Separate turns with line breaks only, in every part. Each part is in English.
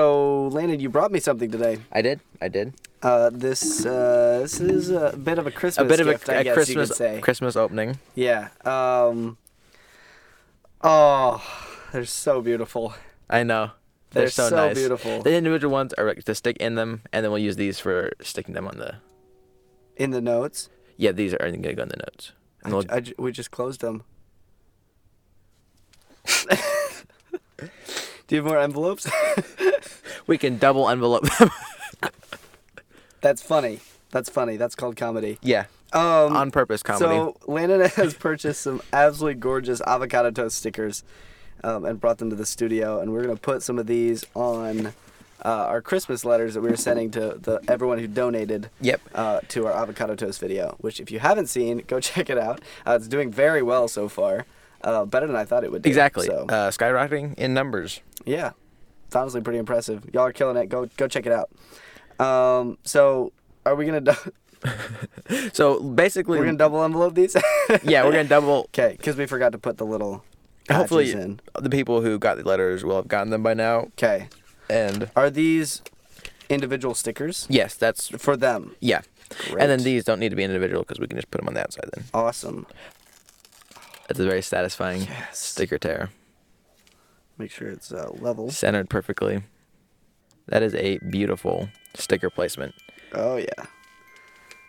So, Landon, you brought me something today.
I did. I did.
Uh, this uh, this is a bit of a Christmas
a bit of
gift,
a,
I
a
guess
Christmas
you could say.
Christmas opening.
yeah. Um, oh, they're so beautiful.
I know. They're,
They're
so,
so
nice.
beautiful.
The individual ones are like to stick in them, and then we'll use these for sticking them on the.
In the notes,
Yeah, these are gonna go in the notes.
I
And we'll,
j- I j- we just closed them. Do you have more envelopes?
we can double envelope them.
That's funny. That's funny. That's called comedy.
yeah,
Um,
on purpose comedy.
So Landon has purchased some absolutely gorgeous avocado toast stickers, um, and brought them to the studio, and we're gonna put some of these on uh, our Christmas letters that we were sending to the everyone who donated.
Yep.
Uh, to our avocado toast video, which if you haven't seen, go check it out. Uh, it's doing very well so far, uh, better than I thought it would. Do,
exactly.
So
Uh, skyrocketing in numbers.
yeah, it's honestly pretty impressive. Y'all are killing it. Go go check it out. Um, so are we gonna du-
So basically,
we're gonna double envelope these?
Hmm. yeah, we're gonna double.
Okay, because we forgot to put the little
Hopefully,
patches in.
the people who got the letters will have gotten them by now.
Okay,
And
are these individual stickers
yes, that's
for them?
yeah. And
Great.
then these don't need to be individual because we can just put them on the outside. Then
Awesome.
that's a very satisfying
Yes.
sticker tear.
Make sure it's uh, level.
centered perfectly. That is a beautiful sticker placement.
Oh yeah.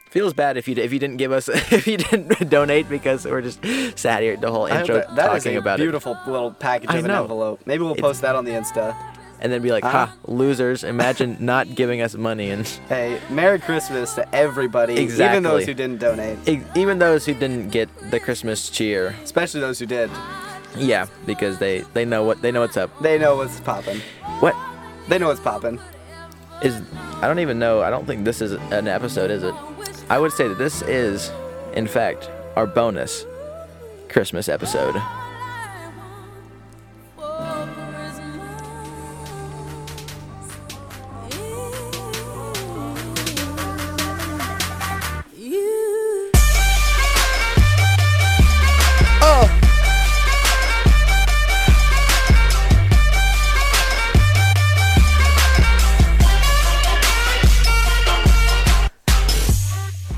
Feels bad if you if you didn't give us if you didn't donate because we're just sat here the whole
I
intro
hope that- that is
talking
a
about
beautiful little package
I
of an
know.
envelope. Maybe we'll
It's-
post that on the Insta.
it and then be like,
Uh-huh.
ha, losers! Imagine not giving us money and
Hey, Merry Christmas to everybody, even
Exactly.
those who didn't donate,
e- even those who didn't get the Christmas cheer.
especially those who did.
Yeah, because they they know what they know what's up.
They know what's poppin'.
What
They know what's poppin'.
is? I don't even know. I don't think this is an episode, is it? I would say that this is, in fact, our bonus Christmas episode.
You.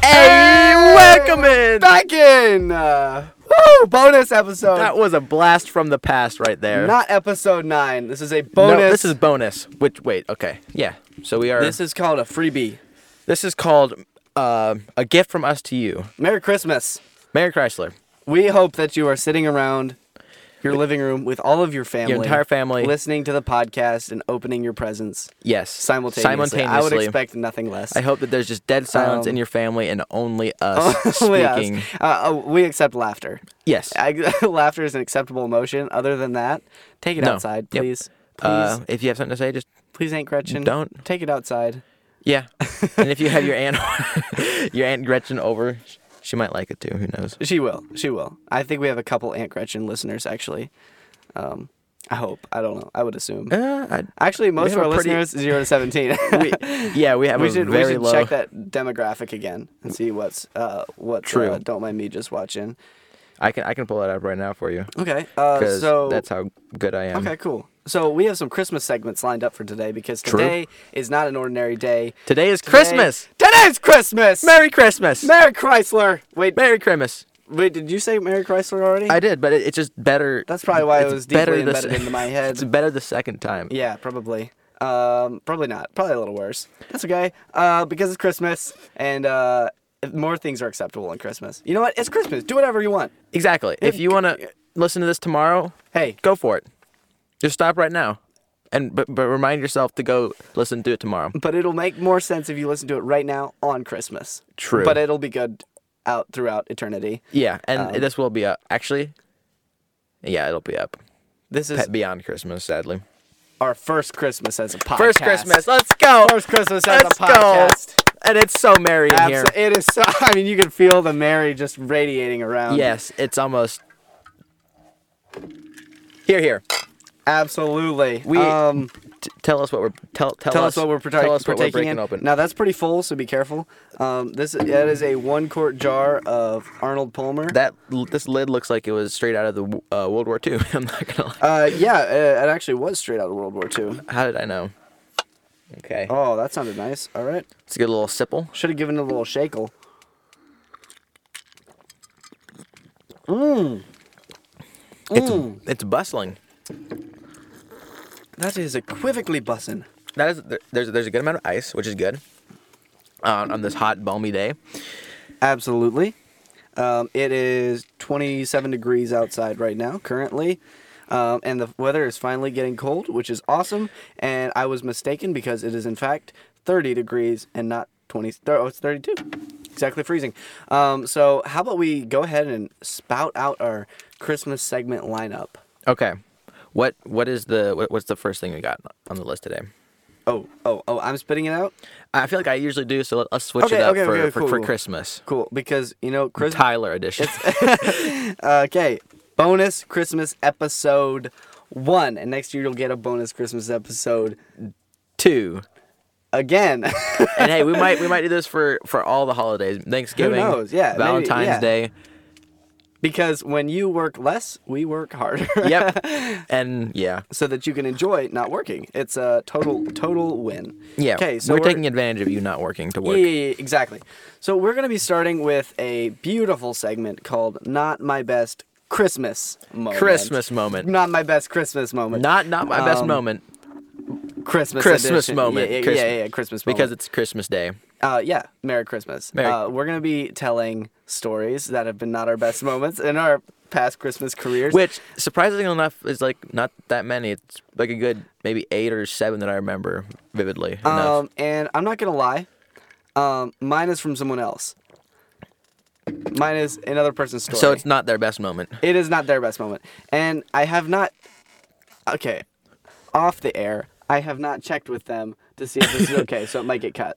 Hey, welcome in.
Back in. Uh, woo! Bonus episode.
That was a blast from the past right there.
Not episode nine. This is a
No,
bonus.
this is bonus. Which wait, okay, yeah. So we are.
this
This is,
is called a freebie.
called uh, a gift from us to you,
Merry Christmas.
Mary Chrysler.
We hope that you are sitting around your living room with all of your family,
entire family.
listening to the podcast and opening your presents
Yes,
simultaneously. I would
Simultaneously.
expect nothing less.
I hope that there's just dead silence
Um,
in your family and only us
Only us.
speaking.
Uh, oh, we accept laughter.
Yes.
I, laughter is an acceptable emotion. Other than that, take it
No.
outside,
Yep.
please. Please,
Uh, if you have something to say, just
please, Aunt Gretchen,
don't.
take it outside.
yeah. and if you have your aunt, your aunt Gretchen over, she might like it too. Who knows?
She will. She will. I think we have a couple Aunt Gretchen listeners actually. Um, I hope. I don't know. I would assume.
Uh, I,
Actually, most of
have
our
a pretty-
listeners zero to seventeen.
we, yeah, we have
we
a
should
very
we should
low.
check that demographic again and see what's uh what
True.
Uh, don't mind me just watching.
I can I can pull that up right now for you.
Okay. Uh,
because
so
that's how good I am.
okay, cool. So we have some Christmas segments lined up for today because
True.
today is not an ordinary day.
Today is
Today-
Christmas.
Today's Christmas.
Merry Christmas.
Merry Chrysler. Wait,
Merry Christmas.
wait. Did you say Merry Chrysler already?
I did, but it, it's just better.
That's probably why it
it's
was deeply
better the
embedded
se-
into my head.
It's better the second time.
Yeah, probably. Um, probably not. Probably a little worse. That's okay. Uh, because it's Christmas and uh, more things are acceptable on Christmas. You know what? It's Christmas. Do whatever you want.
Exactly. If you want to listen to this tomorrow,
Hey,
go for it. Just stop right now, and but, but remind yourself to go listen to it tomorrow.
but it'll make more sense if you listen to it right now on Christmas.
True.
But it'll be good out throughout eternity.
Yeah, and
Um,
this will be up. Actually, yeah, it'll be up
This is
Pe- beyond Christmas. Sadly,
our first Christmas as a podcast.
first Christmas. Let's go.
First Christmas as
Let's
a podcast.
go. And it's so merry in here.
Abso- it is so. I mean, you can feel the Mary just radiating around.
Yes, it's almost here. Here,
absolutely.
We-
um,
T- tell us what we're tell tell,
tell us, what we're parta-
tell us what we're
partaking
breaking
in.
open.
Now that's pretty full, so be careful. Um, this that is a one quart jar of Arnold Palmer.
that l- this lid looks like it was straight out of the w- uh, World War II. I'm not gonna lie.
uh, yeah, uh, it actually was straight out of World War II.
How did I know? Okay.
Oh, that sounded nice. All right.
Let's get a little sipple.
Should have given it a little shakel.
It's it's bustling.
That is equivocally bussin'.
That is there- there's there's a good amount of ice, which is good. Uh, on this hot balmy day.
Absolutely. Um, it is 27 degrees outside right now, currently. Um, and the weather is finally getting cold, which is awesome. And I was mistaken because it is, in fact, 30 degrees and not 20. thir- Oh, it's 32. Exactly freezing. Um, so, how about we go ahead and spout out our Christmas segment lineup?
Okay. What what is the what, what's the first thing we got on the list today?
Oh, oh, oh, I'm spitting it out?
I feel like I usually do, so let, us switch
Okay,
it up
okay,
for,
okay,
for,
cool,
for
cool.
Christmas.
Cool, because, you know, Christmas.
Tyler edition.
Okay, bonus Christmas episode one. And next year you'll get a bonus Christmas episode
Two.
again.
And hey, we might we might do this for for all the holidays. Thanksgiving.
knows? Yeah, maybe-
Valentine's
yeah.
Day.
because when you work less, we work harder.
Yep. and yeah.
so that you can enjoy not working. It's a total total win.
Yeah.
Okay, so
we're, taking advantage of you not working to work.
Yeah, yeah, yeah, exactly. So we're going to be starting with a beautiful segment called Not My Best Christmas Moment.
Christmas moment.
Not my best Christmas moment.
Not not my best
Um,
moment
Christmas
Christmas
edition.
moment.
Yeah, yeah,
Christmas.
yeah, yeah, Christmas moment.
because it's Christmas Day.
Uh, yeah, Merry Christmas.
Merry-
Uh, we're gonna be telling stories that have been not our best moments in our past Christmas careers.
Which surprisingly enough is like not that many. It's like a good maybe 8 or 7 that I remember vividly. enough.
um, and I'm not gonna lie, um, mine is from someone else. Mine is another person's story.
so it's not their best moment.
it is not their best moment, and I have not. Okay, off the air, I have not checked with them to see if this is okay, so it might get cut.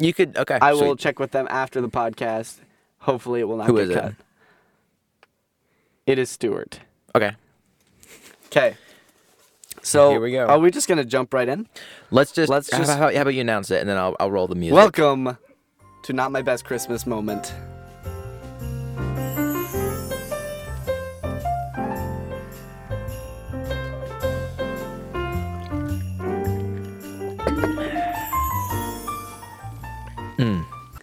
You could okay.
I
sweet.
will check with them after the podcast. Hopefully, it will not
Who
get
is it?
cut. It is Stewart.
Okay.
Okay. So
Here we go.
Are we just gonna jump right in?
Let's just
Let's
how
just-
about- how, about you announce it and then I'll I'll roll the music.
Welcome to not my best Christmas moment.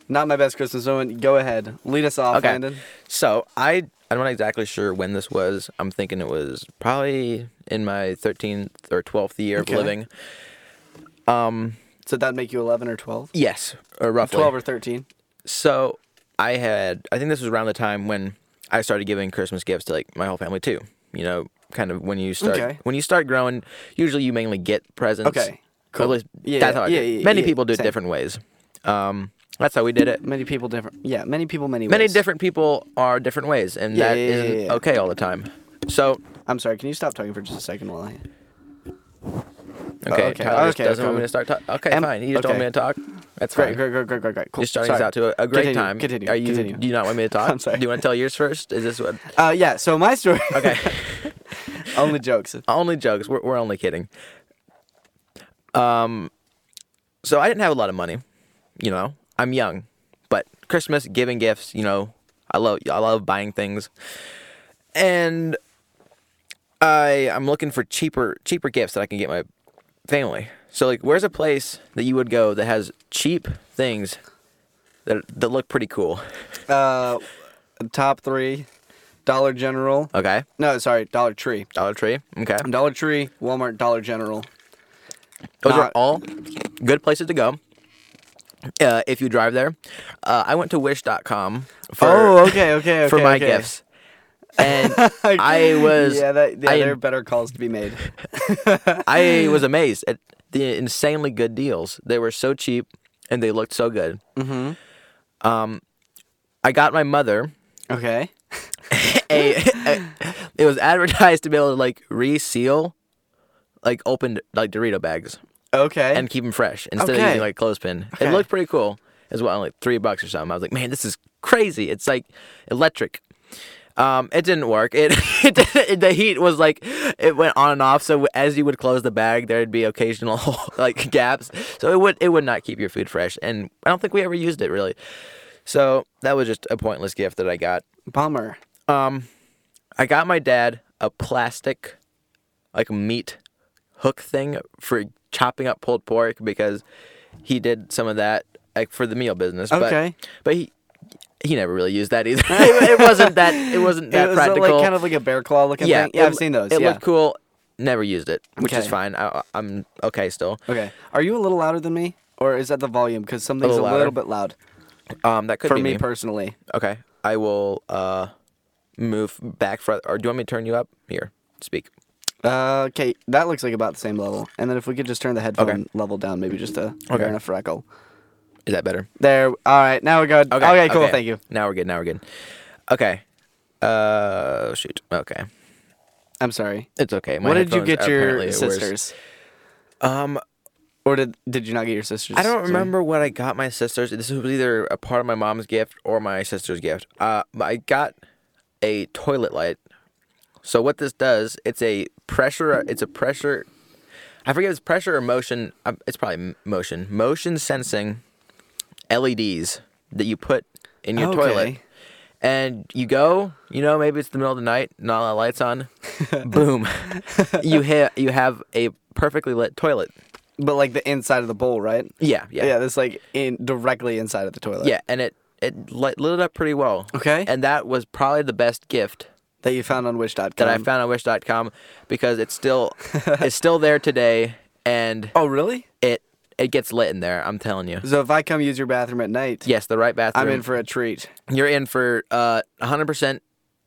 Not my best Christmas moment. Go ahead, lead us off,
Hmm. Okay.
Landon.
So I I'm not exactly sure when this was. I'm thinking it was probably in my 13th or 12th year
Okay.
of living.
So that'd make you eleven or twelve.
Yes, or roughly.
Twelve or thirteen.
so I had I think this was around the time when I started giving Christmas gifts to like my whole family too. You know, kind of when you start
Okay.
when you start growing, usually you mainly get presents.
Okay,
Cool. At least
Yeah,
that's how I
yeah,
did it.
yeah,
Many
yeah,
people do it
same.
different ways. Um, that's how we did it.
Many people different. Yeah, many people, many ways.
Many different people are different ways, and
Yeah,
that
yeah, yeah,
not
yeah.
okay all the time. So
I'm sorry. Can you stop talking for just a second while I?
Okay,
Oh, okay,
Tyler just
okay,
doesn't want
cool.
me to start talking. Okay,
Am-
fine. You just told
okay.
me to talk. That's
Great,
great.
great, great, great, great, great. Cool.
You're starting us
Sorry.
out to a, a great
Continue,
time.
Continue.
Are you?
Continue.
Do you not want me to talk?
I'm sorry.
Do you want to tell yours first? Is this what?
Uh, yeah. So my story.
Okay.
only jokes.
only jokes. We're, we're only kidding. Um, so I didn't have a lot of money. You know, I'm young, but Christmas giving gifts. You know, I love I love buying things, and I I'm looking for cheaper cheaper gifts that I can get my family. So like, where's a place that you would go that has cheap things that that look pretty cool?
Uh, top three: Dollar General.
Okay,
No, sorry, Dollar Tree.
Dollar Tree. Okay,
Dollar Tree, Walmart, Dollar General.
Those are
Not-
all good places to go. Uh, if you drive there, uh, I went to wish.com for,
oh, okay, okay, okay.
for my
okay.
gifts. And I was
Yeah, that, yeah
I,
there are better calls to be made.
I was amazed at the insanely good deals. They were so cheap and they looked so good. Mm-hmm. Um, I got my mother
Okay.
a, it was advertised to be able to like reseal like opened like Dorito bags.
Okay.
and keep them fresh instead of
Okay.
using like clothespin.
Okay.
It looked pretty cool as well, like three bucks or something. I was like, man, this is crazy. It's like electric. Um, it didn't work. It, it, didn't- the heat was like it went on and off. So as you would close the bag, there'd be occasional like gaps. So it would it would not keep your food fresh, and I don't think we ever used it really. So that was just a pointless gift that I got.
Bummer.
Um, I got my dad a plastic, like meat hook thing for chopping up pulled pork because he did some of that like for the meal business.
Okay.
But, but he he never really used that either. it wasn't that it wasn't
it
that
was uh,
practical.
like kind of like a bear claw looking
yeah,
thing. Yeah,
it
I've
loo-
seen those.
It
yeah.
looked cool. Never used it, which is
Okay.
fine. I, I'm okay still.
Okay. Are you a little louder than me, or is that the volume? Because something's a
little
little,
louder.
bit loud
Um, that could
for
be
me, personally.
Okay, I will uh move back front. Or do you want me to turn you up here? Speak.
Uh, okay, that looks like about the same level. And then if we could just turn the headphone level down, maybe just a
Okay.
fair enough freckle.
Is that better?
There. All right. Now we're good. Okay. cool. Thank you.
Now we're good. Now we're good. Okay. Uh, shoot. Okay.
I'm sorry.
It's okay. My
what did you
headphones
get
are
your
apparently worse.
sisters?
Um,
Or did did you not get your sisters?
I don't
Sorry.
remember what I got my sisters. This was either a part of my mom's gift or my sister's gift. Uh, but I got a toilet light. So what this does, it's a pressure. It's a pressure. I forget if it's pressure or motion. um, It's probably m- motion. Motion sensing LEDs that you put in your toilet.
Okay.
And you go, you know, maybe it's the middle of the night, not a lot of lights on. boom, you ha- you have a perfectly lit toilet.
But like the inside of the bowl, right?
Yeah,
Yeah.
yeah,
that's like in directly inside of the toilet.
Yeah, and it it lit, lit it up pretty well.
Okay.
And that was probably the best gift
That you found on Wish.com.
that I found on Wish.com because it's still it's still there today, and
Oh, really?
it it gets lit in there. I'm telling you.
So if I come use your bathroom at night,
Yes, the right bathroom.
I'm in for a treat.
You're in for uh 100%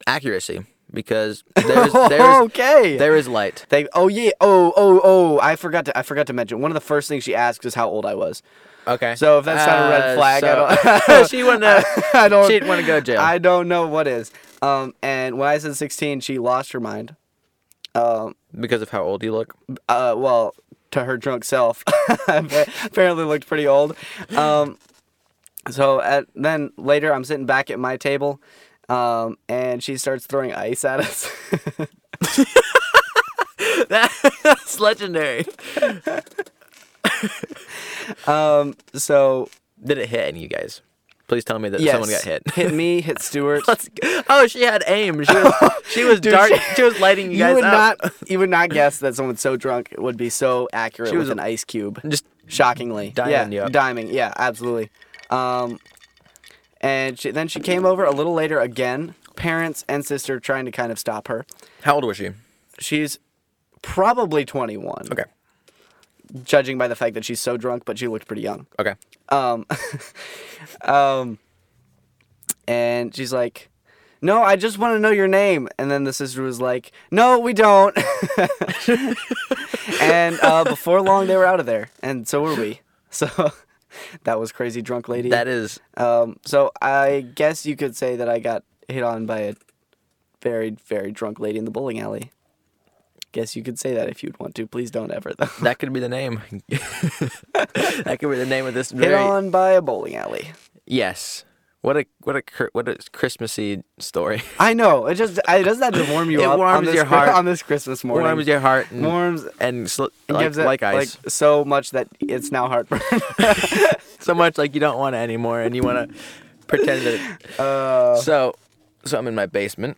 accuracy because there's there's
okay.
there is light.
They oh yeah oh oh oh I forgot to I forgot to mention one of the first things she asked is how old I was.
Okay.
So if that's not a red flag, I
don't. she wouldn't. uh,
I don't
She didn't want to go to jail.
I don't know what is. Um and when I said 16, she lost her mind. Um
because of how old you look.
uh well to her drunk self apparently looked pretty old. Um so at, then later I'm sitting back at my table um and she starts throwing ice at us.
that's legendary.
um so
Did it hit any of you guys? Please tell me that
yes,
someone got hit.
hit me, hit Stewart.
Let's go. Oh, she had aim. She was, she was
Dude,
dark.
she-
She, was lighting you
You
guys
would
up.
not you would not guess that someone so drunk would be so accurate
was
with an ice cube.
Just
Shockingly.
diming
yeah,
you up.
Diming, yeah, absolutely. Um and she, then she came over a little later again, parents and sister trying to kind of stop her.
how old was she?
She's probably 21,
Okay.
judging by the fact that she's so drunk, but she looked pretty young.
Okay.
Um, um, and she's like, "No, I just want to know your name." And then the sister was like, "No, we don't." and uh, before long, they were out of there, and so were we. So that was crazy, drunk lady.
That is
um, so I guess you could say that I got hit on by a very, very drunk lady in the bowling alley. Guess you could say that if you'd want to. Please don't ever though.
that could be the name. that could be the name of this
Hit
very
on by a bowling alley.
yes. What a what a cr- what a Christmassy story.
I know. It just I, doesn't that just warm you
It
up on
warms
this,
your
Chri-
heart.
on this Christmas morning?
Warms your heart and
Warms-
and sl-
It
like,
gives it
like ice
like so much that it's now heartburn.
so much like you don't want it anymore and you want to pretend that. It,
uh,
So, so I'm in my basement,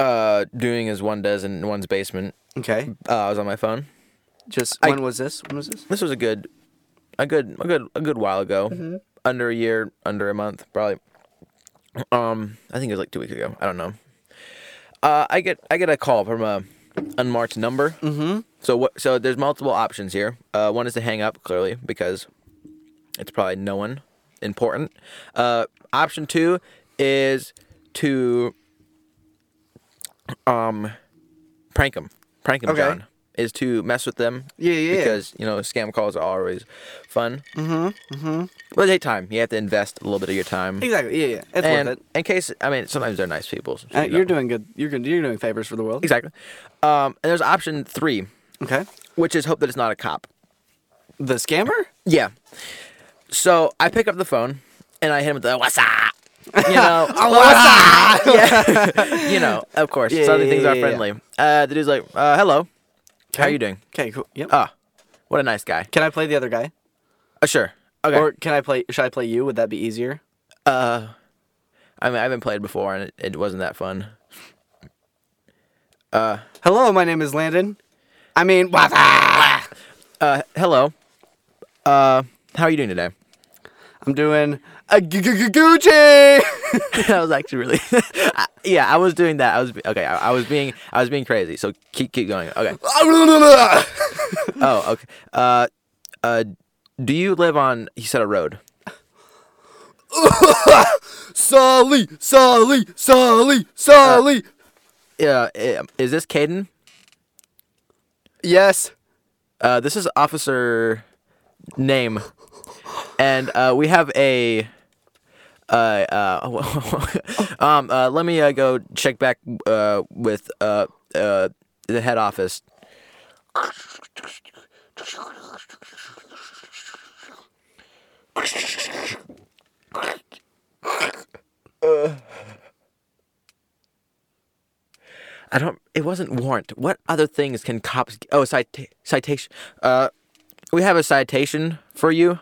uh, doing as one does in one's basement.
okay.
Uh, I was on my phone.
Just
I-
when was this? When was this?
This Mm-hmm. was a good, a good, a good, a good while ago. Under a year, under a month, probably. Um, I think it was like two weeks ago. I don't know. Uh, I get I get a call from a unmarked number. Mm-hmm. So what? So there's multiple options here. Uh, one is to hang up clearly because it's probably no one important. Uh, option two is to um prank them, prank them,
Okay.
John. Is to mess with them.
Yeah, yeah, yeah.
Because you know scam calls are always fun. Mm-hmm. Mm-hmm. But they take time. You have to invest a little bit of your time.
Exactly. Yeah, yeah. It's
And
worth it.
in case, I mean, sometimes they're nice people. so
Uh,
you
You're
know.
doing good. You're good. You're doing favors for the world.
exactly. Um, and there's option three,
Okay.
which is hope that it's not a cop.
The scammer.
Yeah. So I pick up the phone and I hit him with the what's up. You know, what's up? Yeah. you know, of course,
Oh, Yeah,
Southern
yeah,
things
yeah,
are
yeah, yeah.
friendly. Uh, the dude's like, uh, "Hello, how you doing?
Okay. Cool. Yep.
Ah, what a nice guy.
can I play the other guy?
Uh, sure, okay.
Or can I play? Should I play you? Would that be easier?
I mean, I haven't played before and it, it wasn't that fun.
Hello, my name is Landon. I mean, what's up?
Uh, hello. Uh, how are you doing today?
I'm doing a gu- gu- gu- Gucci.
I was actually really, I- yeah, I was doing that. I was okay. I, I was being, I was being crazy. So keep, keep going. Okay. Oh, okay. Uh, uh, do you live on? He said a road.
Sully, Sully, Sully, Sully.
Yeah. uh, Is this Caden?
yes.
Uh, this is Officer Name, and uh, we have a. Uh, uh, um, uh, let me uh, go check back uh, with uh, uh, the head office. I don't. It wasn't warrant. What other things can cops? Oh, cita- citation. Uh, we have a citation for you.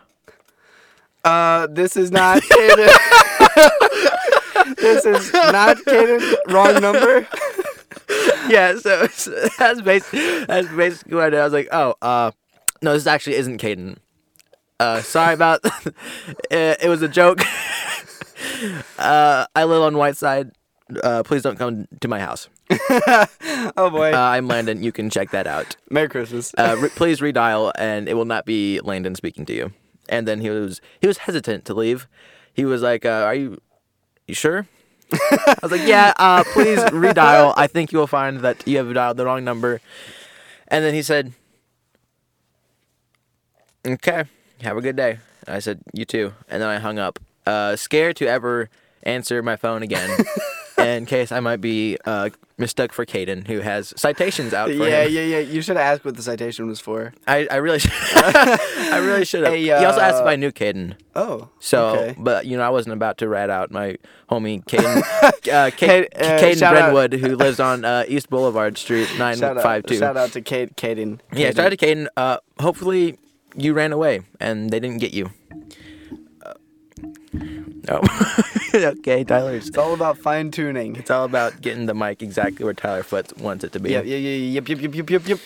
Uh, this is not Caden. this is not Caden. Wrong number.
yeah, so, so that's basically that's basically what I did. I was like, oh, uh, no, this actually isn't Caden. Uh, sorry about it, it was a joke. uh, I live on Whiteside. Uh, please don't come to my house.
Oh boy.
Uh, I'm Landon. You can check that out.
Merry Christmas.
Uh, re- please redial, and it will not be Landon speaking to you. And then he was he was hesitant to leave. He was like, uh, "Are you you sure?" I was like, "Yeah, uh, please redial. I think you will find that you have dialed the wrong number." And then he said, "Okay, have a good day." And I said, "You too." And then I hung up, uh, scared to ever answer my phone again. In case I might be uh, mistook for Caden, who has citations out for him.
yeah, yeah, yeah. You should have asked what the citation was for.
I, I really should. I really should have.
Hey,
he also asked if
uh,
I knew Caden.
Oh.
So,
okay.
but you know, I wasn't about to rat out my homie Caden, uh, Ca-
Hey, uh,
Caden
shout out.
Brentwood, who lives on uh, East Boulevard Street nine
shout out,
five two.
Shout out to Kate, Caden.
Yeah,
Caden.
shout out to Caden. Uh, hopefully, you ran away and they didn't get you. Uh, oh, okay, Tyler's.
It's all about fine tuning.
It's all about getting the mic exactly where Tyler Foote wants it to be.
Yeah, yeah, yeah, yep, yep, yep, yep, yep, yep.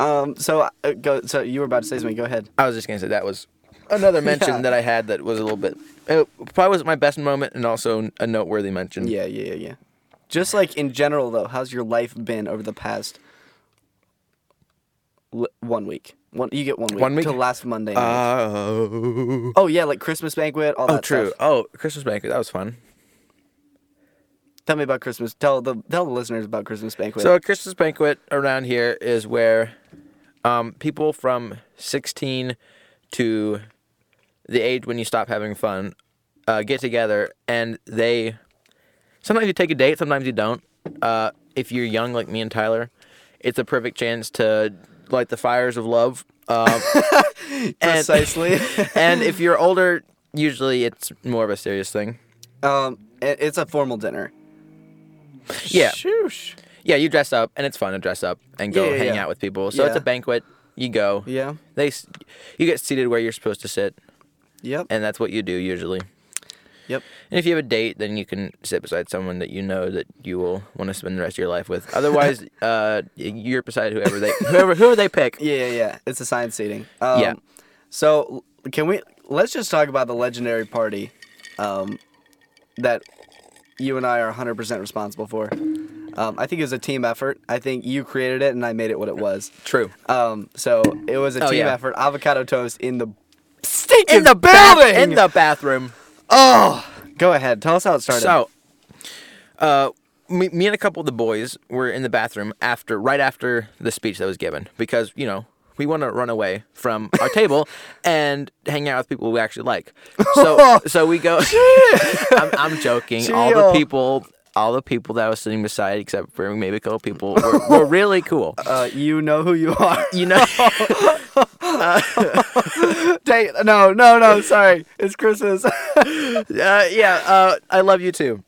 Um, so, uh, go, so you were about to say something. Go ahead.
I was just gonna say that was another mention
Yeah.
that I had that was a little bit. It probably wasn't my best moment, and also a noteworthy mention.
Yeah, yeah, yeah, yeah. Just like in general, though, how's your life been over the past l- one week? One, you get one week.
One week?
till last Monday. night.
Oh.
oh yeah, like Christmas banquet. All
Oh,
that
true.
Stuff.
Oh, Christmas banquet. That was fun.
Tell me about Christmas. Tell the tell the listeners about Christmas banquet.
So a Christmas banquet around here is where um, people from 16 to the age when you stop having fun uh, get together, and they sometimes you take a date, sometimes you don't. Uh, if you're young like me and Tyler, it's a perfect chance to light the fires of love. Um, and-
Precisely.
and if you're older, usually it's more of a serious thing.
um, it, it's a formal dinner.
Yeah.
Shoosh.
Yeah, you dress up, and it's fun to dress up and go
Yeah, yeah,
hang
yeah.
out with people. So it's
Yeah.
a banquet. You go.
Yeah.
They, s- you get seated where you're supposed to sit,
Yep.
and that's what you do usually.
Yep.
And if you have a date, then you can sit beside someone that you know that you will want to spend the rest of your life with. Otherwise, uh, you're beside whoever they whoever whoever they pick.
Yeah, yeah, yeah. It's assigned seating. Um,
Yeah.
So l- can we? Let's just talk about the legendary party, um, that you and I are 100% responsible for. Um, I think it was a team effort. I think you created it, and I made it what it was.
True.
Um, so it was a
Oh,
team
yeah.
effort. Avocado toast in the.
Stinking
In the
bath-
building!
in the bathroom.
Oh, go ahead. Tell us how it started.
So, uh, me, me and a couple of the boys were in the bathroom after, right after the speech that was given, because you know we want to run away from our table and hang out with people we actually like. So, so we go. I'm, I'm joking. All the
Chill.
people, all the people that I was sitting beside, except for maybe a couple people, were, were really cool.
uh, you know who you are.
You know,
Date? No, no, no. Sorry, it's Christmas.
uh, yeah, uh, I love you too.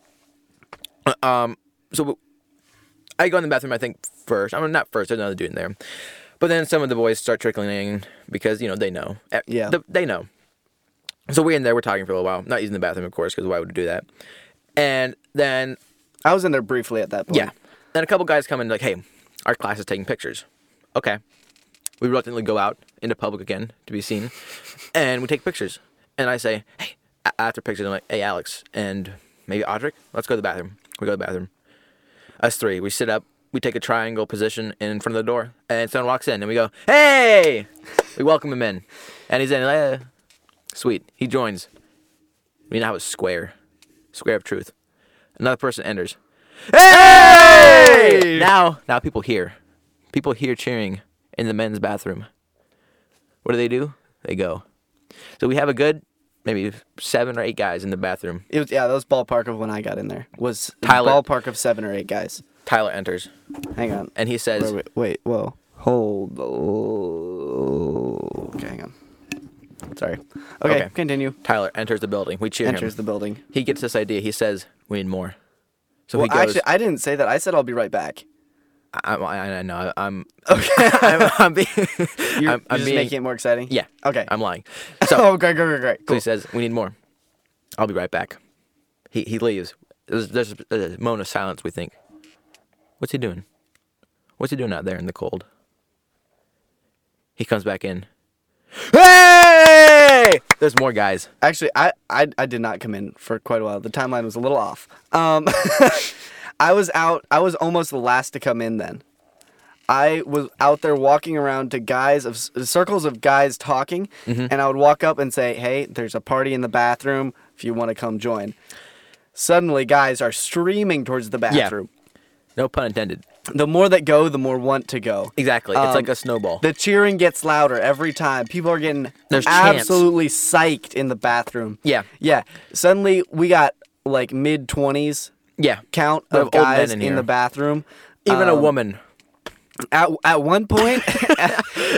Uh, Um, so I go in the bathroom. I think first. I'm mean, not first. There's another dude in there, but then some of the boys start trickling in because you know they know. Eh,
Yeah.
the- they know. So we're in there. We're talking for a little while. Not using the bathroom, of course, because why would we do that? And then
I was in there briefly at that point.
yeah, then a couple guys come in like, hey, our class is taking pictures. Okay, we reluctantly go out into public again to be seen, and we take pictures. And I say, hey, a- after pictures, I'm like, hey, Alex, and maybe Audric, let's go to the bathroom. We go to the bathroom. Us three, we sit up, we take a triangle position in front of the door, and someone walks in, and we go, hey! We welcome him in, and he's in. "Eh." Sweet, he joins. We now it's square, square of truth. Another person enters. Hey! Now, now people hear. People hear cheering in the men's bathroom. What do they do? They go. So we have a good, maybe seven or eight guys in the bathroom.
It was yeah, that was ballpark of when I got in there. Was
Tyler-
ballpark of seven or eight guys.
Tyler enters,
Hang on.
and he says,
Wait, wait, wait, whoa. Hold. oh, Okay, hang on. Sorry. Okay,
Okay.
continue.
Tyler enters the building. We cheer
Enters
him.
the building.
he gets this idea. He says, "We need more." So
Well,
he goes.
actually, I didn't say that. I said I'll be right back.
I, I, I know. I'm okay. I'm, I'm being.
You're,
I'm,
you're
I'm
just
being-
making it more exciting.
Yeah.
Okay.
I'm lying. So
oh, great, great, great, great.
So
Cool.
he says, "We need more." I'll be right back. He he leaves. There's, there's a moment of silence. We think, "What's he doing? What's he doing out there in the cold?" He comes back in. Hey! There's more guys.
Actually, I, I I did not come in for quite a while. The timeline was a little off. Um, I was out. I was almost the last to come in. Then, I was out there walking around to guys of circles of guys talking, and I would walk up and say, "Hey, there's a party in the bathroom. If you want to come join." Suddenly, guys are streaming towards the bathroom.
No pun intended.
The more that go, the more want to go.
Exactly.
Um,
it's like a snowball.
The cheering gets louder every time. People are getting
There's chants.
absolutely psyched in the bathroom.
Yeah.
Yeah. Suddenly we got like mid 20s
yeah.
count
We
of
have old men
guys
in
in,
here.
the bathroom.
Even a
Um,
woman.
At, at one point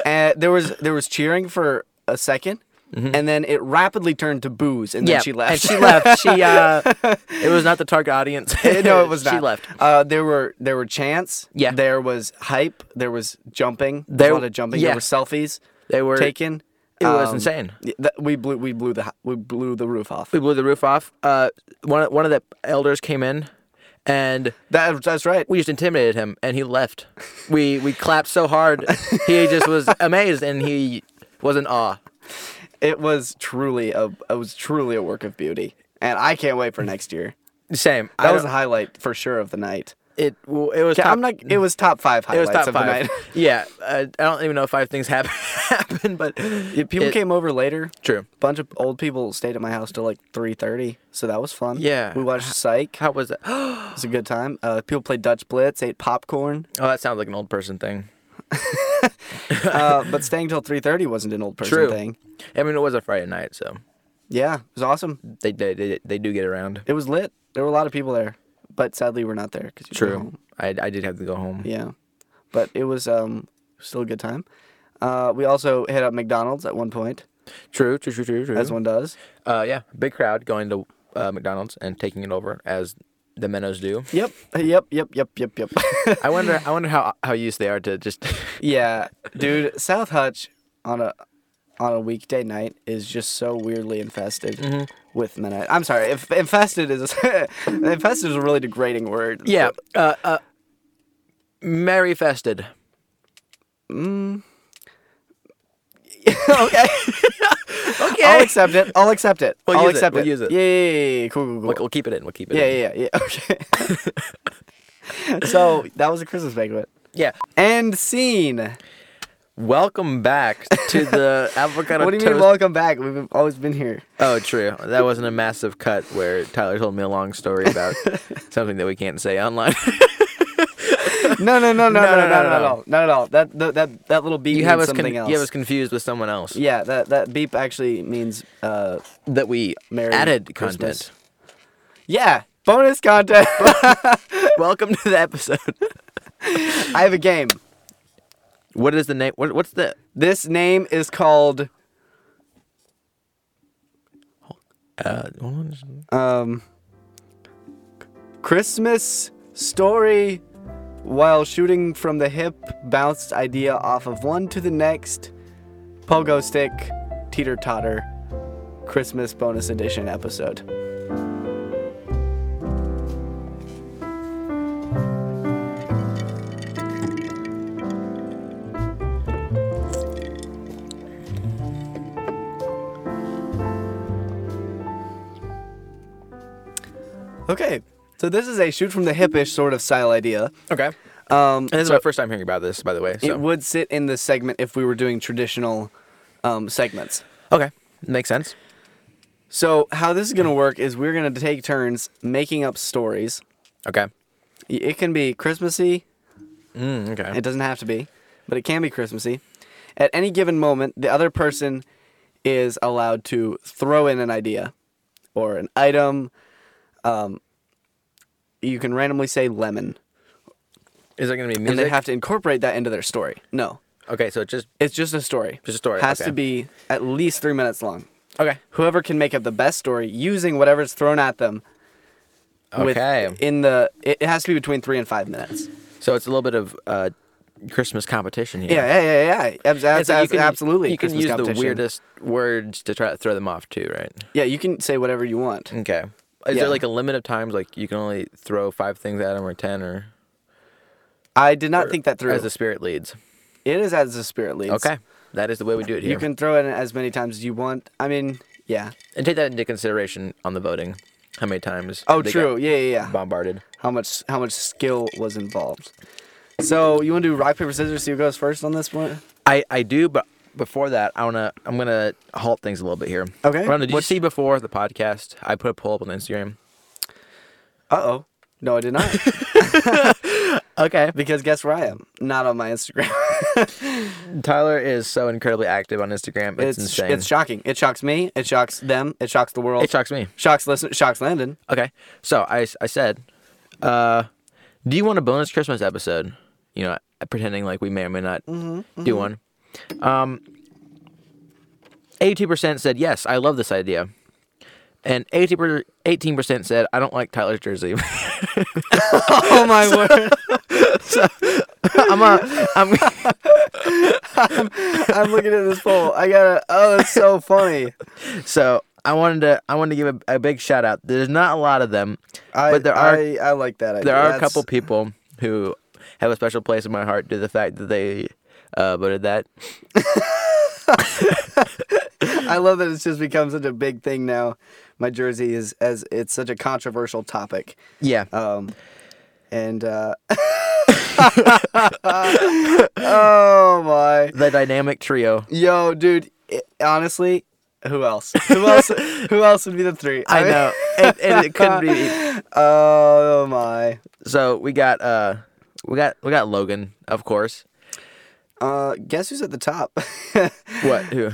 uh, there was there was cheering for a 2nd and then it rapidly turned to booze and
Mm-hmm. Yeah.
then she left.
And she left. She uh. it was not the target audience.
no, it was not.
She left.
Uh, there were there were chants.
Yeah.
There was hype. There was jumping.
There-
There was a lot of jumping.
yeah.
There were selfies.
They were-
taken. Um,
It Um, was insane.
y- th- we blew we blew the ho- we blew the roof off.
we blew the roof off. Uh, one of- one of the elders came in, and
That that's right.
we just intimidated him, and he left. We we clapped so hard, he just was amazed, and he was in awe.
It was truly a it was truly a work of beauty, and I can't wait for next year.
Same. I
That was the
don't-
highlight for sure of the night.
it. well, It was.
Yeah,
top,
I'm not. It was top five
It
highlights
was top
of the
five.
night.
yeah, uh, I don't even know if five things happened, happened but
People
it-
came over later.
True.
Bunch of old people stayed at my house till like three thirty, so that was fun.
Yeah.
we watched Psych.
How was that? Oh,
It was a good time. Uh, people played Dutch Blitz, ate popcorn,
that sounds like an old person thing.
uh, but staying till three thirty wasn't an old person
True.
thing.
I mean, it was a Friday night, so
Yeah, it was awesome.
they they they, they do get around.
It was lit. There were a lot of people there, but sadly we're not there. 'cause you were home.
True. I I did have to go home.
Yeah, but it was um still a good time. Uh, we also hit up McDonald's at one point,
True. True. True. True. True.
as one does.
Uh, yeah, big crowd going to uh, McDonald's and taking it over as the Menos do.
Yep, yep, yep, yep, yep, yep.
I wonder, I wonder how how used they are to just.
yeah, dude, South Hutch on a on a weekday night is just so weirdly infested with men. I'm sorry, if infested is infested is a really degrading word.
yeah, uh, uh, merry fested.
okay. okay.
Oh,
I'll accept it. I'll accept it.
We'll
I'll
use it.
accept
We'll
it.
use it.
Yeah, yeah, yeah, yeah. Cool, cool, cool.
We'll, we'll keep it in. We'll keep it.
Yeah,
in.
yeah, yeah. Okay. so that was a Christmas banquet.
yeah.
And scene.
Welcome back to the avocado
What do you
toast.
mean, welcome back? We've been- always been here.
oh, true. That wasn't a massive cut where Tyler told me a long story about something that we can't say online.
No, no, no, no, no, no,
No, no,
no,
no,
not at
no.
all. Not at all. That that that, that little beep
you have
means
us
something
con- you
else.
have us confused with someone else
yeah, that that beep actually means uh,
that we
Merry
added
Christmas.
content.
yeah, bonus content.
Welcome to the episode.
I have a game.
What is the name? What, what's the
This name is called
Uh, hold on.
um, Christmas Story while shooting from the hip, bounced idea off of one to the next, pogo stick, teeter totter, Christmas bonus edition episode. Okay. So this is a shoot from the hipish sort of style idea.
Okay.
Um,
And this is
so
my first time hearing about this, by the way. So.
it would sit in the segment if we were doing traditional um, segments.
okay. Makes sense.
So how this is gonna work is we're gonna take turns making up stories.
Okay.
Y- It can be Christmassy.
Mm, okay.
It doesn't have to be, but it can be Christmassy. At any given moment, the other person is allowed to throw in an idea or an item. Um, you can randomly say lemon,
Is there gonna be
and
music?
they have to incorporate that into their story. No,
okay, so it just
it's just a story.
Just a story,
Has
okay.
to be at least three minutes long.
okay.
Whoever can make up the best story using whatever's thrown at them. with-
Okay.
in the it it has to be between three and five minutes.
So it's a little bit of uh, Christmas competition here.
Yeah, yeah, yeah, yeah. Abs-
And
abs-
so you
abs-
can-
absolutely.
You can
Christmas
use the
competition.
weirdest words to try to throw them off too, right?
Yeah, you can say whatever you want.
Okay. Is
Yeah.
there like a limit of times? Like you can only throw five things at them or ten or
I did not think that through.
as the spirit leads.
it is as the spirit leads.
Okay. That is the way we do it here.
You can throw it in as many times as you want. I mean, yeah.
and take that into consideration on the voting. How many times?
Oh,
they
true.
got
Yeah, yeah, yeah.
Bombarded.
How much how much skill was involved? So you want to do rock paper scissors? See who goes first on this one?
I, I do, but before that, I wanna I'm gonna halt things a little bit here.
Okay.
Rhonda, did you
What's-
see before the podcast? I put a poll up on Instagram.
Uh oh. No, I did not.
Okay.
because guess where I am? Not on my Instagram.
Tyler is so incredibly active on Instagram. It's,
It's
insane.
it's shocking. It shocks me. It shocks them. It shocks the world.
it shocks me.
Shocks listen. Shocks Landon.
Okay. So I, s- I said, uh, do you want a bonus Christmas episode? You know, pretending like we may or may not
Mm-hmm,
do one. Um, 82% said, yes, I love this idea. And 80 per- 18% said, I don't like Tyler's jersey.
Oh my word!
I'm a, I'm,
I'm looking at this poll. I gotta. Oh, that's so funny.
so I wanted to, I wanted to give a, a big shout out. There's not a lot of them,
I,
but there are,
I, I like that. Idea.
there are a
That's-
couple people who have a special place in my heart due to the fact that they uh, voted that.
I love that it's just become such a big thing now. My jersey is as it's such a controversial topic.
Yeah.
Um, and uh, oh my,
the dynamic trio.
yo, dude. i honestly, who else? Who else? who else would be the three?
I Uh,
mean-
know. and, and it could be.
Oh my.
So we got uh we got we got Logan, of course.
Uh, guess who's at the top?
What? Who?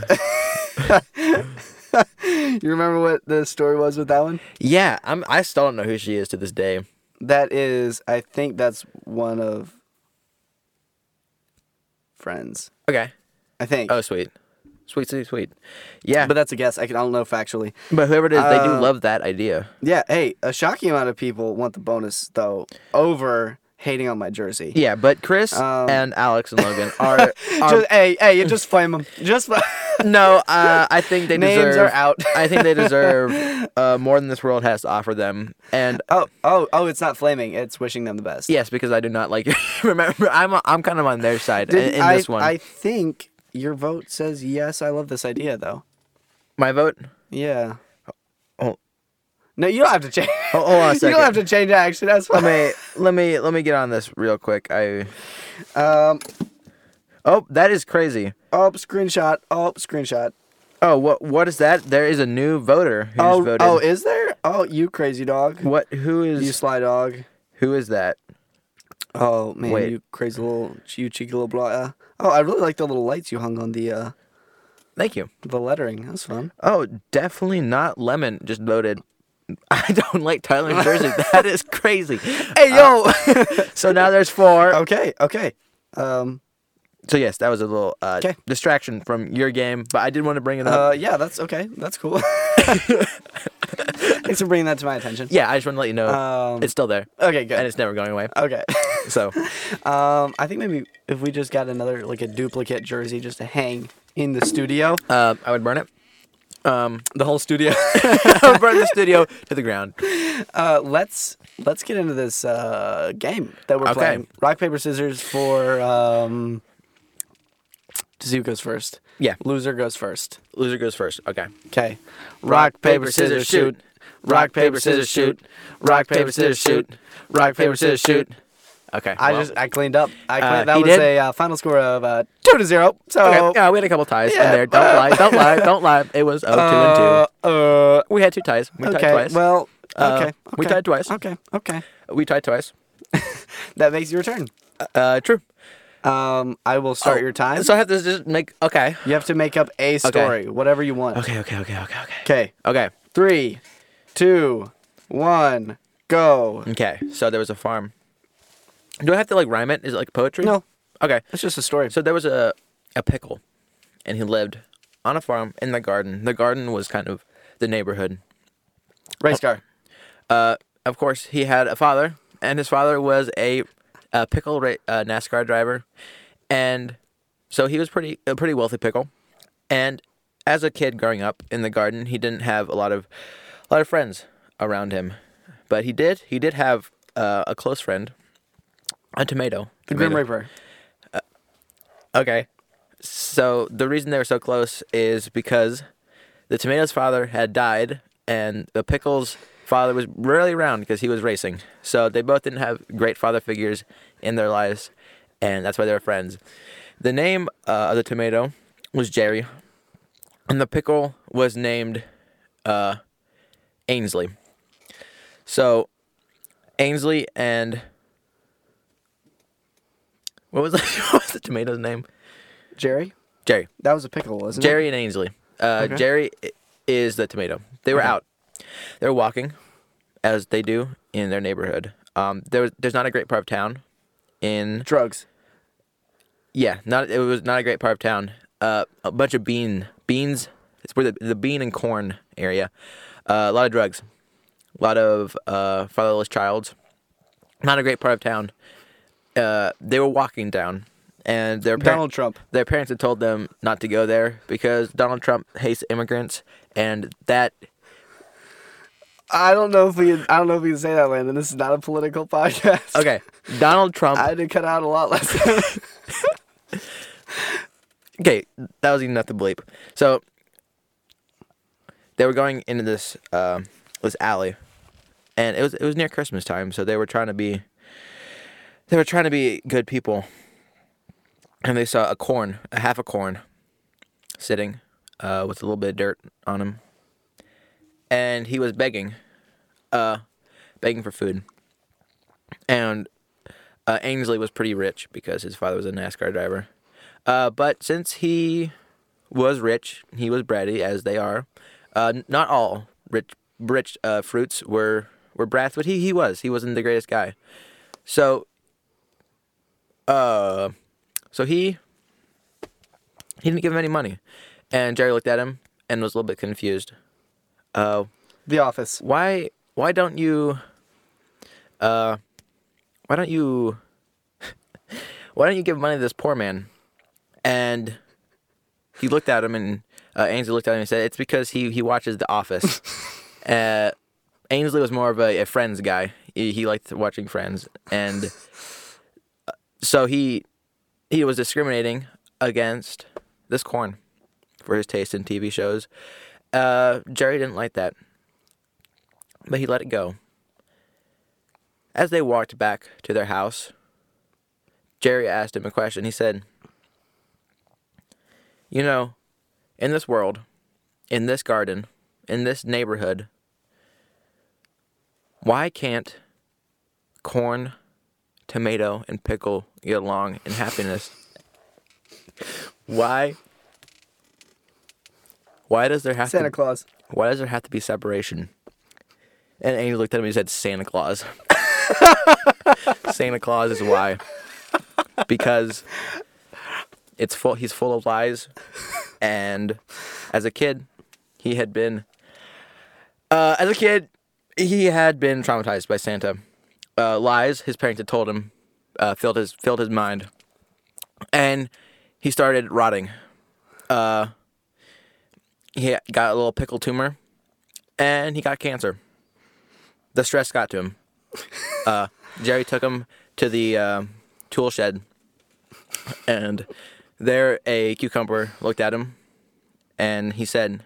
you remember what the story was with that one?
yeah, I'm I still don't know who she is to this day.
That is, I think that's one of friends.
Okay.
I think.
Oh sweet. Sweet, sweet, sweet. Yeah.
But
But,
that's a guess. I, can, I don't know factually.
but whoever it is, they do
uh,
love that idea.
Yeah. Hey, a shocking amount of people want the bonus though over hating on my jersey.
Yeah, but Chris
um,
and Alex and Logan are, are
Just, hey, hey, you just flame them. Just fl-
no, uh, I think they
Names are
deserve
out.
I think they deserve uh, more than this world has to offer them. And uh,
oh, oh, oh! It's not flaming. It's wishing them the best.
yes, because I do not like remember I'm I'm kind of on their side in,
Didn't
in
I,
this one.
I think your vote says yes. I love this idea though.
My vote?
Yeah.
Oh.
No, you don't have to change.
Hold, hold on a
You
second.
don't have to change action. That's fine.
let me let me let me get on this real quick. I
Um,
oh that is crazy.
oh, screenshot. Oh, screenshot.
Oh what what is that? There is a new voter who's
Oh,
voted.
oh, is there? Oh, you crazy dog.
what who
You
is
sly dog.
who is that?
Oh man,
Wait.
you crazy little, you cheeky little blah. Oh, I really like the little lights you hung on the uh
Thank you.
the lettering. That was fun.
Oh, definitely not lemon. Just voted. I don't like Tyler in Jersey. that is crazy.
Hey yo.
So now there's four.
Uh, okay, okay. Um.
So yes, that was a little uh,
'Kay.
distraction from your game, but I did want to bring it up.
Uh. Yeah. That's okay. That's cool. Thanks for bringing that to my attention.
yeah, I just want to let you know
Um,
it's still there
Okay.
and
Good.
it's never going away.
Okay.
So
um. I think maybe if we just got another like a duplicate jersey just to hang in the studio,
uh, I would burn it. Um,
the whole studio.
I would burn the studio to the ground.
Uh, let's let's get into this uh, game that we're
Okay.
playing. Rock paper scissors for um, to see who goes first.
Yeah.
Loser goes first.
Loser goes first. Okay.
Okay.
Rock, paper, scissors, shoot. Rock, paper, scissors, shoot. Rock, paper, scissors, shoot. Rock, paper, scissors, shoot. Okay.
I
well.
just I cleaned up. I cleaned,
Uh,
that
he
was
did?
a uh, final score of uh, two to zero. So
Okay, yeah, we had a couple ties in
Yeah.
there. Don't lie, don't lie, don't lie. It was oh, two and
Uh, uh,
two. We had two ties. We tied
okay.
twice.
Well.
Uh,
Okay.
we
okay,
tied twice.
Okay. Okay.
we tied twice.
That makes your turn.
Uh, true.
Um, I will start
Oh,
your time.
So I have to just make okay.
you have to make up a story, whatever you want.
Okay, okay, okay, okay, okay.
Okay.
Okay.
Three, two, one, go.
Okay. So there was a farm. Do I have to like rhyme it? Is it like poetry?
No.
Okay.
It's just a story.
So there was a a pickle, and he lived on a farm in the garden. The garden was kind of the neighborhood. oh,
Race car.
Uh, of course, he had a father, and his father was a, a pickle ra- uh, NASCAR driver, and so he was pretty a pretty wealthy pickle. And as a kid growing up in the garden, he didn't have a lot of a lot of friends around him, but he did he did have uh, a close friend, a tomato.
The Grim
Tomato.
Reaper.
Okay. So the reason they were so close is because the tomato's father had died and the pickle's father was rarely around because he was racing. So they both didn't have great father figures in their lives and that's why they were friends. The name uh, of the tomato was Jerry and the pickle was named uh, Ainsley. So Ainsley and what was the, what was the tomato's name?
Jerry.
Jerry.
That was a pickle, wasn't
Jerry and Ainsley. Uh,
Okay.
Jerry i- is the tomato. They were out. They were walking, as they do in their neighborhood. Um, there was there's not a great part of town, in
it? Drugs.
yeah, not it was not a great part of town. Uh, a bunch of bean beans. It's where the, the bean and corn area. Uh, a lot of drugs, a lot of uh, fatherless childs. Not a great part of town. Uh, they were walking down, and their par-
Donald Trump.
their parents had told them not to go there because Donald Trump hates immigrants, and that
I don't know if we. I don't know if we can say that, Landon. This is not a political podcast.
okay, Donald Trump.
I had to cut out a lot last time.
okay, that was enough to bleep. So they were going into this um this alley, and it was it was near Christmas time, so they were trying to be they were trying to be good people, and they saw a corn, a half a corn, sitting uh, with a little bit of dirt on him, and he was begging, uh, begging for food, and. Uh, Ainsley was pretty rich because his father was a NASCAR driver. Uh, but since he was rich, he was bratty as they are. Uh, n- not all rich rich uh, fruits were were brats, but he he was. He wasn't the greatest guy. So, uh, so he he didn't give him any money, and Jerry looked at him and was a little bit confused. Uh,
the Office.
why why don't you uh why don't you why don't you give money to this poor man and he looked at him and uh, ainsley looked at him and said it's because he he watches the office uh ainsley was more of a, a friends guy he, he liked watching friends and uh, so he he was discriminating against this corn for his taste in tv shows uh jerry didn't like that but he let it go. As they walked back to their house, Jerry asked him a question. He said, You know, in this world, in this garden, in this neighborhood, why can't corn, tomato, and pickle get along in happiness? why? Why does there have
Santa
to
Claus.
why does there have to be separation? And Amy looked at him and said, Santa Claus. Santa Claus is why. Because it's full he's full of lies. And as a kid, he had been uh, as a kid, he had been traumatized by Santa. Uh, lies his parents had told him uh, filled his filled his mind. And he started rotting he got a little pickle tumor and he got cancer. The stress got to him. Uh, Jerry took him to the uh, tool shed, and there a cucumber looked at him and he said,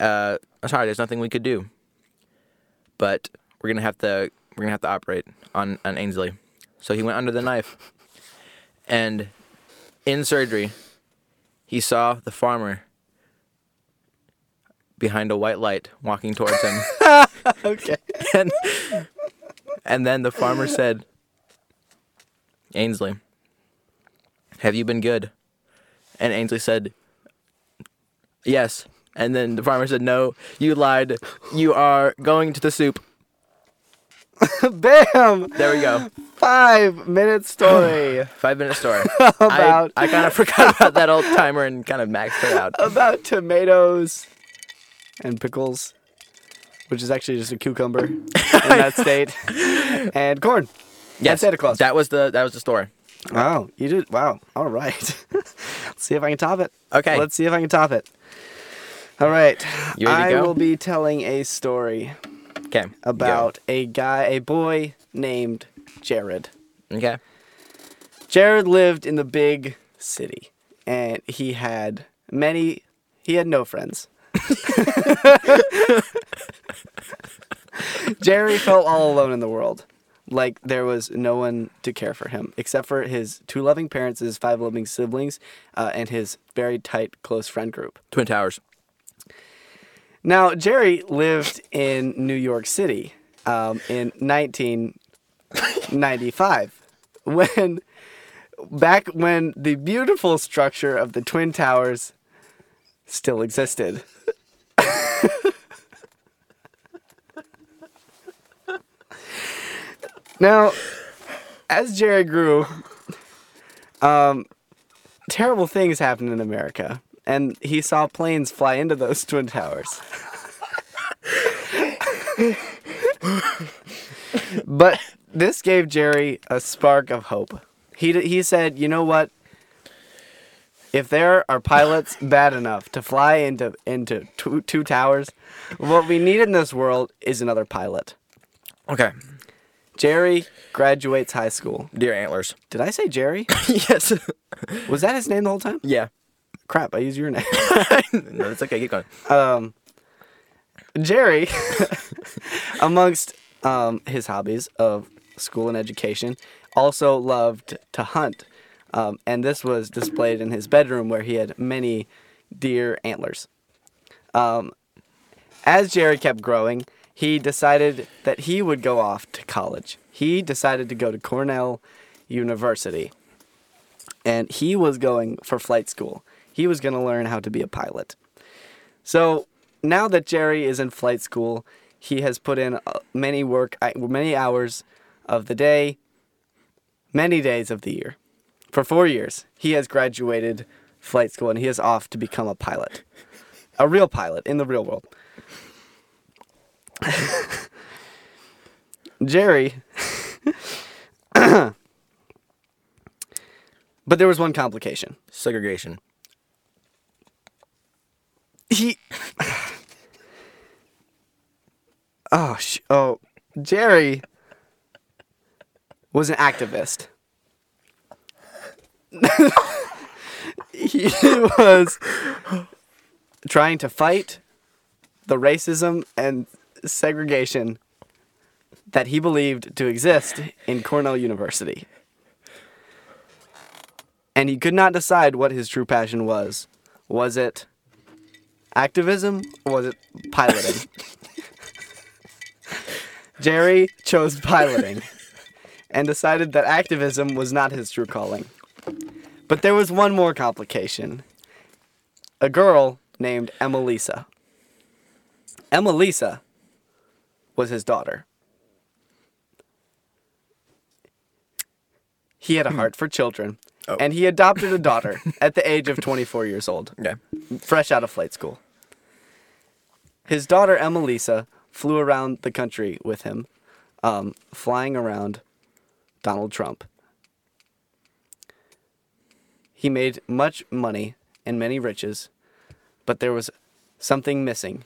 uh, I'm sorry, there's nothing we could do. But we're gonna have to we're gonna have to operate on, on Ainsley. So he went under the knife. And in surgery, he saw the farmer behind a white light walking towards him.
Okay.
and, and then the farmer said, Ainsley, have you been good? And Ainsley said, Yes. And then the farmer said, No, you lied. You are going to the soup.
Bam!
There we go.
Five minute story
Five minute story.
About-
I, I kind of forgot about that old timer and kind of maxed it out.
about tomatoes and pickles, which is actually just a cucumber in that state, and corn.
Yes,
Santa Claus.
That was the that was the story.
Wow, you did. Wow. All right. Let's see if I can top it.
Okay.
Let's see if I can top it. All right.
You ready
I
to go?
will be telling a story
Okay. go.
about a guy, a boy named Jared.
Okay.
Jared lived in the big city, and he had many. He had no friends. Jerry felt all alone in the world. Like there was no one to care for him except for his two loving parents, his five loving siblings, uh, and his very tight, close friend group.
Twin Towers.
Now, Jerry lived in New York City um, in 1995 when back when the beautiful structure of the Twin Towers still existed. now, as Jerry grew, um, terrible things happened in America, and he saw planes fly into those Twin Towers. but this gave Jerry a spark of hope. He, d- he said, you know what? If there are pilots bad enough to fly into into two, two towers, what we need in this world is another pilot.
Okay.
Jerry graduates high school.
Dear antlers.
Did I say Jerry?
yes.
Was that his name the whole time?
yeah.
Crap, I used your name.
no, it's okay. Keep going.
Jerry, amongst um, his hobbies of school and education, also loved to hunt. Um, and this was displayed in his bedroom where he had many deer antlers. Um, as Jerry kept growing, he decided that he would go off to college. He decided to go to Cornell University. And he was going for flight school. He was going to learn how to be a pilot. So now that Jerry is in flight school, he has put in uh, many work, I- many hours of the day, many days of the year. For four years, he has graduated flight school and he is off to become a pilot, a real pilot in the real world. Jerry. but there was one complication.
Segregation.
he oh sh- oh jerry was an activist he was trying to fight the racism and segregation that he believed to exist in cornell university and he could not decide what his true passion was was it activism or was it piloting? Jerry chose piloting and decided that activism was not his true calling. But there was one more complication. A girl named Emelisa. Emelisa was his daughter. He had a heart for children,
Oh.
and he adopted a daughter at the age of 24 years old
Okay.
fresh out of flight school. His daughter Emelisa flew around the country with him, um, flying around Donald Trump. He made much money and many riches, but there was something missing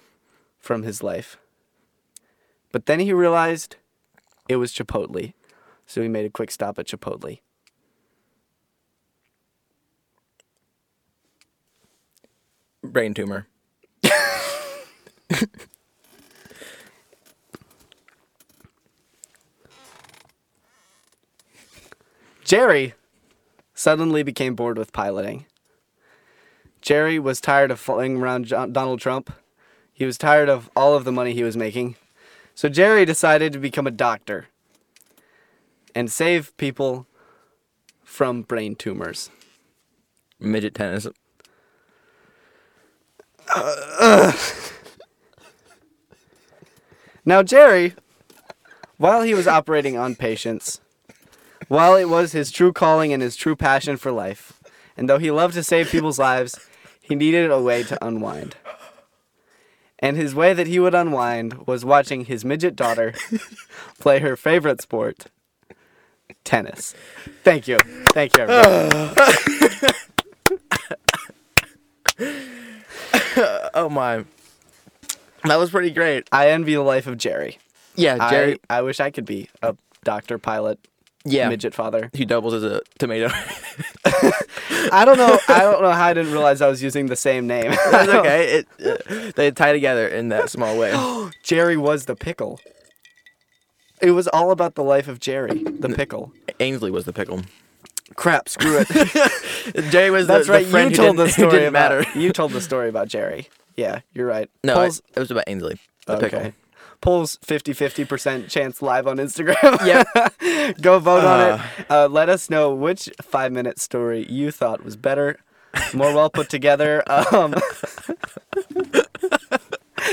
from his life. But then he realized it was Chipotle, so he made a quick stop at Chipotle.
Brain tumor.
Jerry suddenly became bored with piloting. Jerry was tired of following around John- Donald Trump. He was tired of all of the money he was making. So Jerry decided to become a doctor and save people from brain tumors.
Midget tennis.
Now, Jerry, while he was operating on patients, while it was his true calling and his true passion for life, and though he loved to save people's lives, he needed a way to unwind. And his way that he would unwind was watching his midget daughter play her favorite sport, tennis. Thank you. Thank you, everyone.
Oh my. That was pretty great.
I envy the life of Jerry.
Yeah, Jerry.
I, I wish I could be a doctor, pilot,
yeah.
midget father.
He doubles as a tomato.
I don't know. I don't know how I didn't realize I was using the same name.
That's okay. It, uh, they tie together in that small way.
Jerry was the pickle. It was all about the life of Jerry, the pickle.
Ainsley was the pickle.
Crap, screw it.
Jerry was
That's
the,
right.
the friend
you
who
told
didn't,
the
who
story
didn't
about
matter.
you told the story about Jerry. Yeah, you're right.
No, I-
Polls,
it was about Ainsley. The
okay.
pickle.
Polls 50-50% chance live on Instagram.
Yeah.
Go vote on it. Uh, let us know which five minute story you thought was better, more well put together. Um,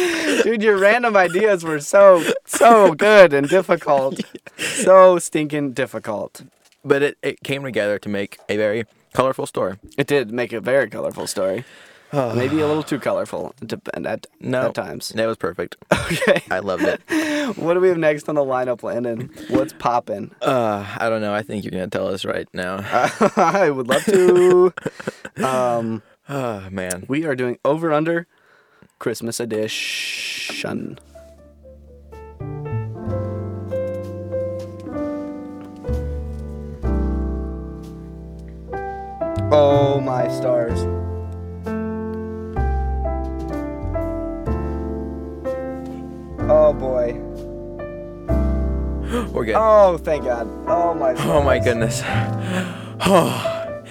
dude, your random ideas were so, so good and difficult. So stinking difficult.
But it, it came together to make a very colorful story.
It did make a very colorful story. Maybe a little too colorful dep- at,
No.
at times.
That was perfect.
Okay.
I loved it.
What do we have next on the lineup, Landon? What's poppin'?
Uh, I don't know. I think you're going to tell us right now.
I would love to. Um,
Oh, man.
we are doing over under Christmas edition. Oh my stars. Oh boy.
We're good.
Oh, thank God. Oh my.
Oh my
stars.
goodness. Oh,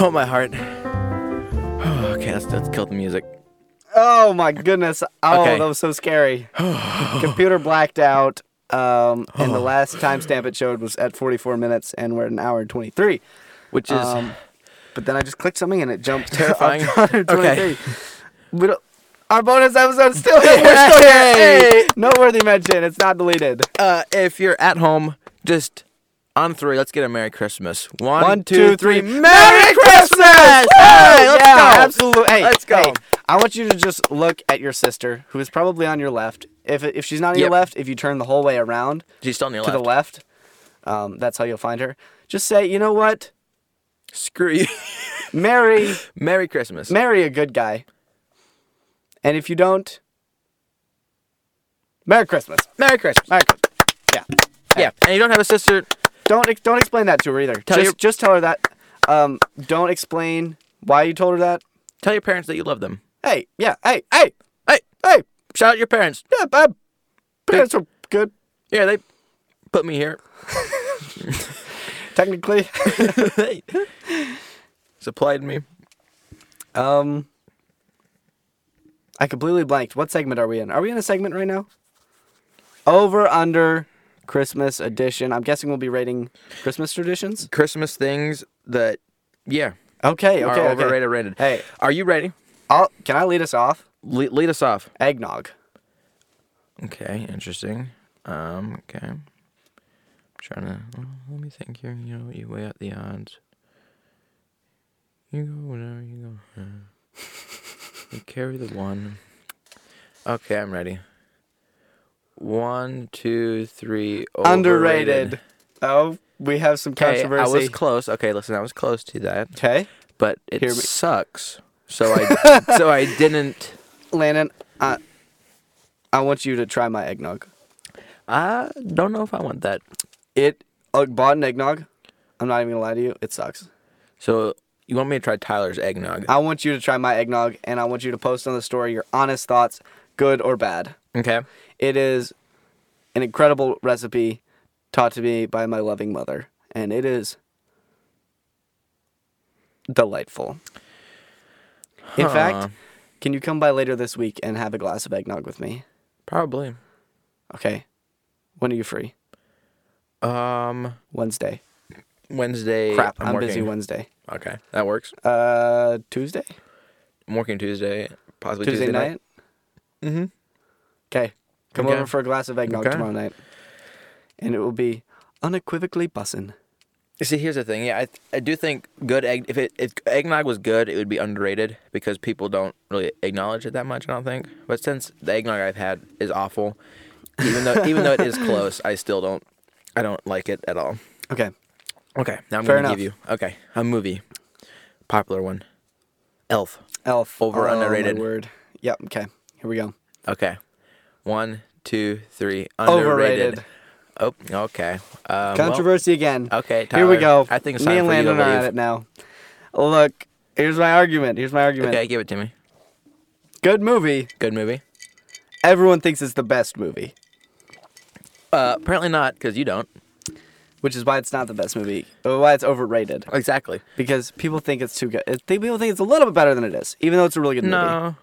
oh my heart. Oh, okay, let's, let's kill the music.
Oh my goodness. Oh,
Okay.
that was so scary. Computer blacked out. Um, and
Oh.
the last timestamp it showed was at 44 minutes, and we're at an hour and 23.
Which is
Um, but then I just clicked something and it jumped
Terrifying.
up to 123.
Okay.
We don't, our bonus episode is still here. We're still here. Hey, noteworthy mention. It's not deleted.
uh, if you're at home, just on three, let's get a Merry Christmas.
One,
One,
two,
two, three.
three.
Merry Christmas! Hey, let's
yeah,
go.
Absolutely. Hey,
Let's go.
hey, I want you to just look at your sister, who is probably on your left. If if she's not on your
Yep.
left, if you turn the whole way around
She's still on your
to
left.
the left, um, that's how you'll find her. Just say, you know what,
Screw you.
marry
Merry Christmas.
marry a good guy, and if you don't, Merry Christmas.
Merry Christmas.
Merry Christmas. Yeah.
Yeah, and you don't have a sister.
Don't ex- don't explain that to her either. just
your-
just tell her that. Um, don't explain why you told her that.
Tell your parents that you love them.
Hey, yeah, hey, hey,
Hey,
hey,
shout out your parents.
yeah, my parents are good,
Yeah, they put me here.
technically.
they supplied me.
um, I completely blanked. What segment are we in? Are we in a segment right now? Over under Christmas edition. I'm guessing we'll be rating Christmas traditions.
Christmas things that, yeah,
Okay, okay,
are
okay.
overrated. or Rated.
Hey,
Are you ready?
I'll, can I lead us off?
Le- lead us off.
Eggnog.
Okay, interesting. Um, okay. I'm trying to oh, let me think here. You know, you weigh out the odds. You go whenever you go. uh, you carry the one. Okay, I'm ready. One, two, three.
Underrated. Oh, we have some
Okay,
controversy.
I was close. Okay, listen, I was close to that,
okay.
but it
Hear me-
sucks. So I, so I didn't.
Landon, I, I want you to try my eggnog.
I don't know if I want that.
It I bought an eggnog. I'm not even gonna lie to you. It sucks.
So you want me to try Tyler's eggnog?
I want you to try my eggnog, and I want you to post on the story your honest thoughts. good or bad.
Okay.
It is an incredible recipe taught to me by my loving mother, and it is delightful. In
Huh.
fact, can you come by later this week and have a glass of eggnog with me?
Probably.
Okay. When are you free?
Um,
Wednesday.
Wednesday.
Crap,
I'm,
I'm
working.
busy Wednesday.
Okay, that works.
Uh, Tuesday?
I'm working Tuesday, possibly
Tuesday,
Tuesday,
night?
night. Mm-hmm.
Okay. Come
Okay.
over for a glass of eggnog
Okay.
tomorrow night. And it will be unequivocally bussin'.
See, here's the thing. Yeah, I I do think good egg. If it if eggnog was good, it would be underrated because people don't really acknowledge it that much. I don't think. But since the eggnog I've had is awful, even though even though it is close, I still don't. I don't like it at all.
Okay.
Okay, now I'm
Fair
gonna
enough.
give you okay a movie, popular one, Elf.
Elf.
Over
oh,
underrated.
My word. Yep. Okay. Here we go.
Okay, one, two, three.
Overrated.
Underrated. Oh, okay. Uh, well,
Controversy again.
okay,
Here we
Tyler,
go.
I think it's
me and
time for you to
Landon are at
leave.
it now. Look, here's my argument. Here's my argument.
okay, give it to me.
Good movie.
Good movie.
Everyone thinks it's the best movie,
Uh, apparently not because you don't.
which is why it's not the best movie. uh, Why it's overrated.
Exactly.
Because people think it's too good. It- they- People think it's a little bit better than it is, even though it's a really good movie.
No,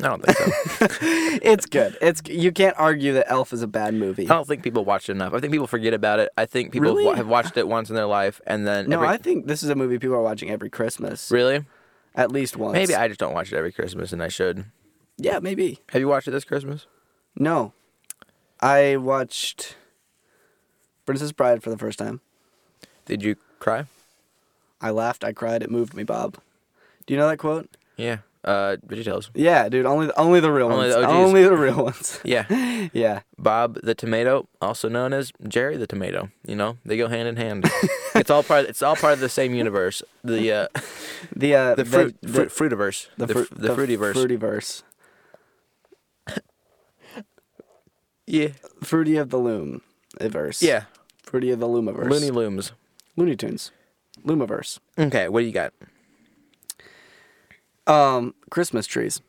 I don't think so.
It's good. It's you can't argue that Elf is a bad movie.
I don't think people watch it enough. I think people forget about it. I think people
Really?
wa- have watched it once in their life and then
No,
every-
I think this is a movie people are watching every Christmas,
really
at least once.
maybe I just don't watch it every Christmas and I should.
yeah, maybe.
Have you watched it this Christmas?
No. I watched Princess Bride for the first time.
Did you cry?
I laughed, I cried, it moved me, Bob. Do you know that quote?
Yeah. Uh, Veggie Tales.
Yeah, dude, only only the real
Only
ones.
the OGs.
only the real ones.
Yeah.
yeah.
Bob the Tomato, also known as Jerry the Tomato. You know they go hand in hand. it's all part. It's all part of the same universe. The uh,
The uh
the fruit
the,
fruit fruitiverse.
the,
The, fr-
fruit
the, fruitiverse.
Fruitiverse.
yeah.
Fruity of the Loom. Verse.
Yeah.
Fruity of the Loomiverse.
Looney Looms.
Looney Tunes. Loomiverse.
Okay. What do you got?
Um Christmas trees.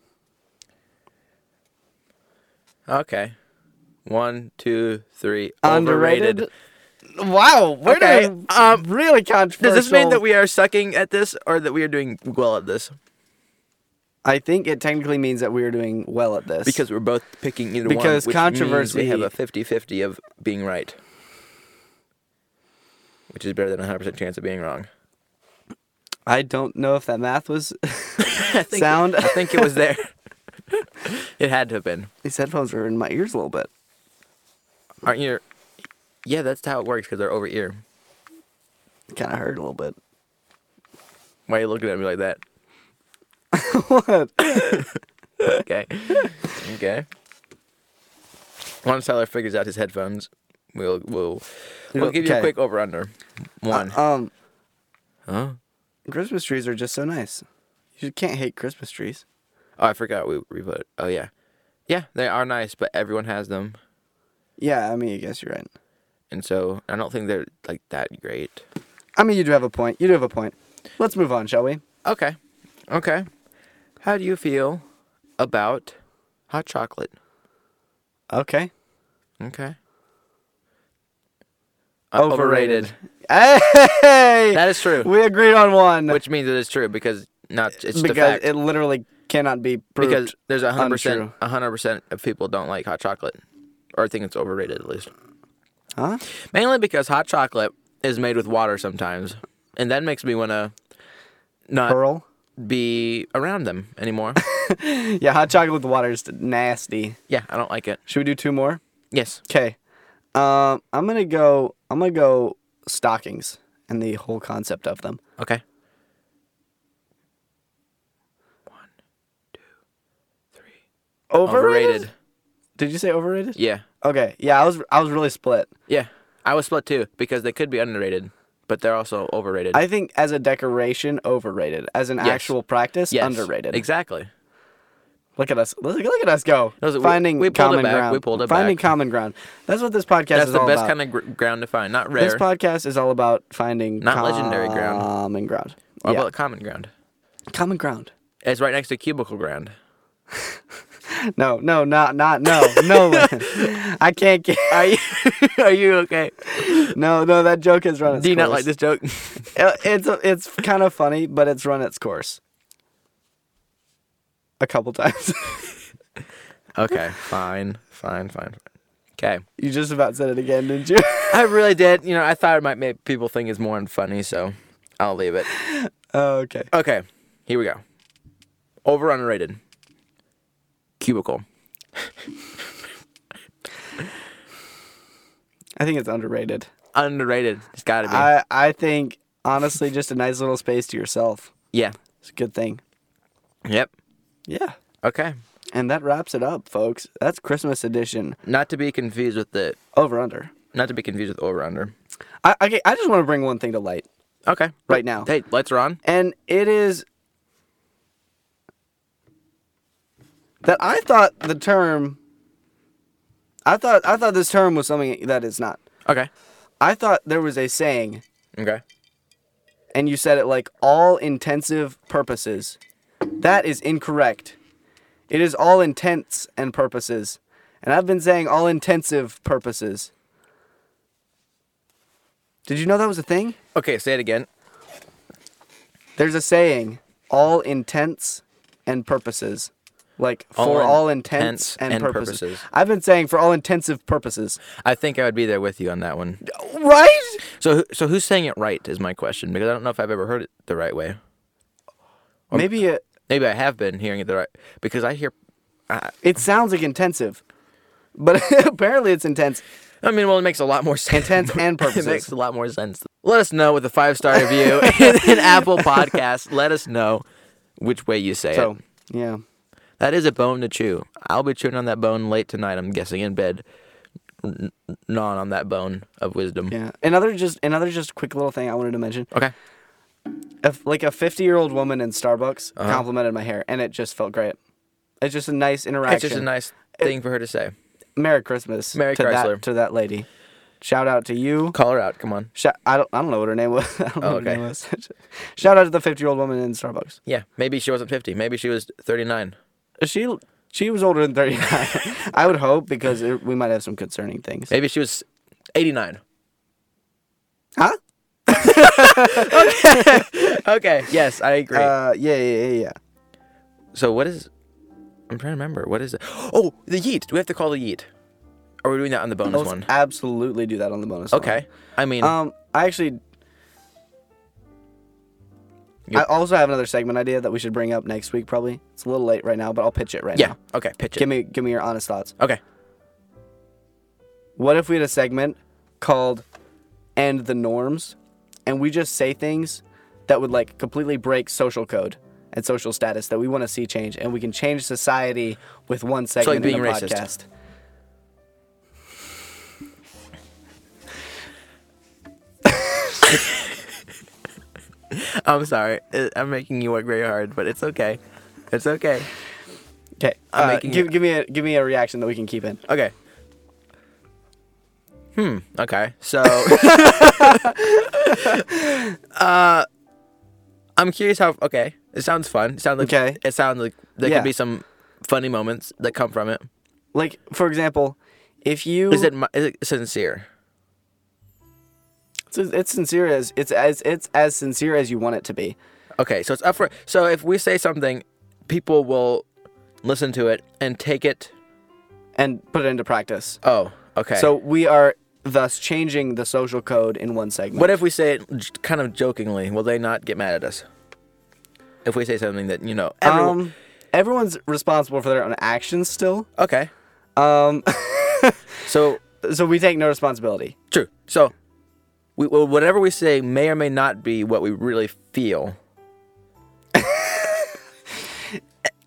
Okay. One, two, three.
Underrated.
Overrated.
Wow, we're
Okay, uh,
doing really
Does
controversial.
this mean that we are sucking at this or that we are doing well at this?
I think it technically means that we are doing well at this.
Because we're both picking either
Because
one. which
controversy-
Means we have a 50 50 of being right, which is better than a 100% chance of being wrong.
I don't know if that math was
I think,
sound.
I think it was there. it had to have been.
These headphones are in my ears a little bit.
Aren't you? Yeah, that's how it works because they're over ear.
Kind of hurt a little bit.
Why are you looking at me like that?
what?
Okay. okay. Once Tyler figures out his headphones, we'll we'll we'll give you a
Okay.
quick over under. One.
Um,
Huh?
Christmas trees are just so nice. You can't hate Christmas trees.
Oh, I forgot we we put. Oh yeah, yeah, they are nice, but everyone has them,
Yeah, I mean, I guess you're right.
and so I don't think they're like that great.
I mean, you do have a point. You do have a point. Let's move on, shall we?
Okay, okay. How do you feel about hot chocolate?
Okay.
Okay. Uh,
Hey!
That is true,
we agreed on one.
which means it is true because not it's just a
because
fact.
it literally cannot be proved.
because there's a hundred percent,
untrue.
a hundred percent of people don't like hot chocolate, or think it's overrated at least.
huh?
Mainly because hot chocolate is made with water sometimes, and that makes me want to not
Pearl?
be around them anymore.
Yeah, hot chocolate with water is nasty.
yeah, I don't like it.
Should we do two more?
Yes.
Okay. Um, I'm gonna go. I'm gonna go stockings and the whole concept of them.
Okay. Overrated.
Did you say overrated?
Yeah.
Okay. Yeah, I was. I was really split.
Yeah. I was split too because they could be underrated, but they're also overrated.
I think as a decoration, overrated. As an actual practice,
Yes.
underrated.
Exactly.
look at us. Look, look at us go.
That was- we-
Finding
we pulled it
common
back,
ground.
we pulled it
Finding
back.
common ground. That's what this podcast
That's
is
the
all
best
about.
kind of gr- ground to find, not
this
rare.
podcast is all about finding
Not legendary ground.
Common ground.
What
yeah.
about common ground?
common ground?
It's right next to cubicle ground.
No, no, not, not, no, no. Lynn. I can't get.
Are you, are you okay?
No, no, that joke has run its.
Do you
course.
not like this joke?
It- It's it's kind of funny, but it's run its course. A couple times.
okay, fine, fine, fine. Okay.
you just about said it again, didn't you?
I really did. You know, I thought it might make people think it's more unfunny, so I'll leave it.
Oh, okay.
Okay, here we go. Over underrated. Cubicle.
I think it's underrated.
Underrated. It's gotta be.
I I think honestly, just a nice little space to yourself.
yeah.
It's a good thing.
Yep.
Yeah.
Okay.
And that wraps it up, folks. That's Christmas edition.
Not to be confused with the.
Over under.
Not to be confused with over under.
I okay. I just want to bring one thing to light
Okay.
right now,
Hey, lights are on.
and it is that I thought the term. I thought I thought this term was something that it's not.
Okay.
I thought there was a saying,
Okay.
and you said it like all intensive purposes. That is incorrect. It is all intents and purposes, and I've been saying all intensive purposes. Did you know that was a thing?
Okay, say it again.
There's a saying, all intents and purposes. Like
All
for all
intents
intents and,
and
purposes.
purposes.
I've been saying for all intensive purposes.
I think I would be there with you on that one.
Right?
So, who- so who's saying it right is my question because I don't know if I've ever heard it the right way.
Maybe it
Maybe I have been hearing it the right because I hear. I,
it sounds like intensive. But apparently it's intense.
I mean, well, it makes a lot more sense.
Intents and
it makes
purposes.
a lot more sense. Let us know with a five star review in, in Apple Podcast. Let us know which way you say
So
it.
yeah.
That is a bone to chew. I'll be chewing on that bone late tonight. I'm guessing in bed, N- n- gnawing on that bone of wisdom.
Yeah. Another just another just quick little thing I wanted to mention.
Okay.
If, like a fifty year old woman in Starbucks complimented my hair and it just felt great. It's just a nice interaction.
Uh-huh. It's just a nice thing for her to say.
Merry Christmas
Merry
to
Chrysler.
that to that lady. Shout out to you.
Call her out. Come on.
Shout, I don't I don't know what her name was. I don't know
Oh,
what her
okay.
name was. Shout out to the fifty year old woman in Starbucks.
Yeah. Maybe she wasn't 50. Maybe she was 39.
She she was older than thirty nine. I would hope because it, we might have some concerning things.
Maybe she was 89.
Huh?
Okay. Yes, I agree.
Uh, yeah yeah yeah yeah.
so what is? I'm trying to remember. What is it? Oh, the yeet. Do we have to call the yeet? Are we doing that on the bonus
Let's
one?
absolutely do that on the bonus. one.
Okay. I mean,
Um, I actually.
Yep.
I also have another segment idea that we should bring up next week. Probably it's a little late right now, but I'll pitch it right
yeah.
now.
Okay. Pitch it.
Give me give me your honest thoughts.
okay.
What if we had a segment called "End the Norms," and we just say things that would like completely break social code and social status that we want to see change, and we can change society with one segment
being
in a
racist.
podcast.
I'm sorry. Uh, I'm making you work very hard, but it's okay. It's okay.
Okay,
I'm
uh,
making
give,
it-
give me a give me a reaction that we can keep in.
Okay. Hmm. Okay. So, uh, I'm curious how. Okay, it sounds fun. It sounds like,
Okay.
It sounds like there
Yeah.
could be some funny moments that come from it.
Like for example, if you
Is it mi- is it sincere?
It's, it's sincere as it's as it's as sincere as you want it to be.
Okay, so it's up for. So if we say something, people will listen to it and take it.
and put it into practice.
Oh, okay.
So we are thus changing the social code in one segment.
what if we say it j- kind of jokingly? Will they not get mad at us? If we say something that you know, everyone,
um, everyone's responsible for their own actions still.
okay.
Um,
So
so we take no responsibility.
True. So, we, well, whatever we say may or may not be what we really feel.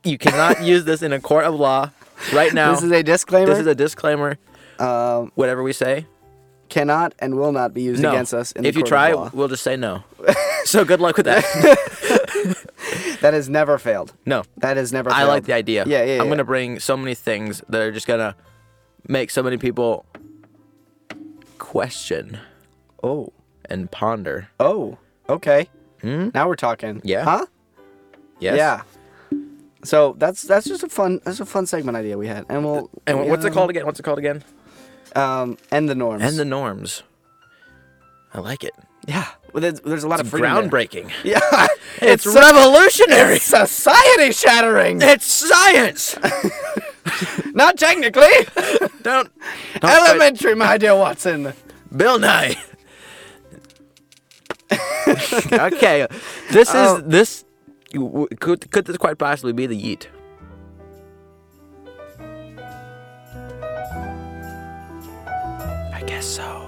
you cannot use this in a court of law right now.
This is a disclaimer.
This is a disclaimer.
um,
Whatever we say,
cannot and will not be used
no.
against us. In
if
the
you
court
try,
of law.
we'll just say no. so good luck with that.
that has never failed.
No,
That has never.
I
failed.
like the idea.
Yeah, yeah.
I'm
yeah.
gonna bring so many things that are just gonna make so many people question
Oh,
and ponder.
oh, okay.
Hmm?
Now we're talking.
Yeah.
Huh?
Yes.
Yeah. So that's that's just a fun that's a fun segment idea we had, and we'll
And what's it
yeah,
called again? What's it called again?
Um, and the norms.
And the norms. I like it.
yeah, well, there's, there's a lot of freedom there.
Groundbreaking.
Yeah,
It's,
so-
revolutionary.
it's society shattering.
it's science.
Not technically.
don't, don't fight-
Elementary, my dear Watson.
Bill Nye. okay, this
Oh.
is this w- could could this quite possibly be the yeet? I guess so.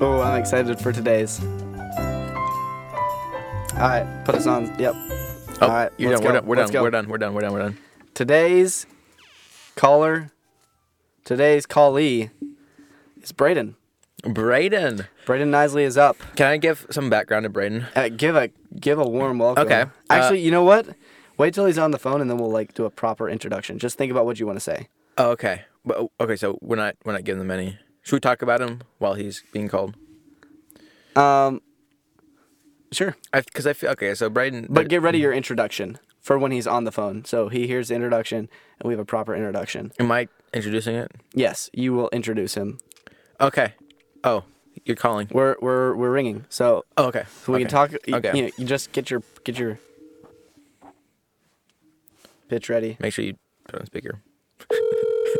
Oh, I'm excited for today's. All right, put us on. Yep.
Oh,
All right,
you're
let's
done. We're
go.
done. We're
Let's
done.
go.
We're done. We're done. We're done. We're done.
Today's caller, today's callee is Braden.
Brayden,
Braden Nisley is up.
can I give some background to Brayden?
Uh, give a give a warm welcome.
Okay, uh,
Actually, you know what? Wait till he's on the phone, and then we'll like do a proper introduction. Just think about what you want to say.
Oh, okay. But okay, so we're not we're not giving them any. Should we talk about him while he's being called?
Um, sure.
Because I, feel okay. So Brayden,
But get ready your introduction for when he's on the phone. So he hears the introduction, and we have a proper introduction.
am I introducing it?
Yes, you will introduce him.
Okay. Oh, you're calling.
We're we're we're ringing. So
Oh, okay.
So we
okay.
can talk. y-
Okay.
You, know, you just get your get your pitch ready.
Make sure you put it on speaker.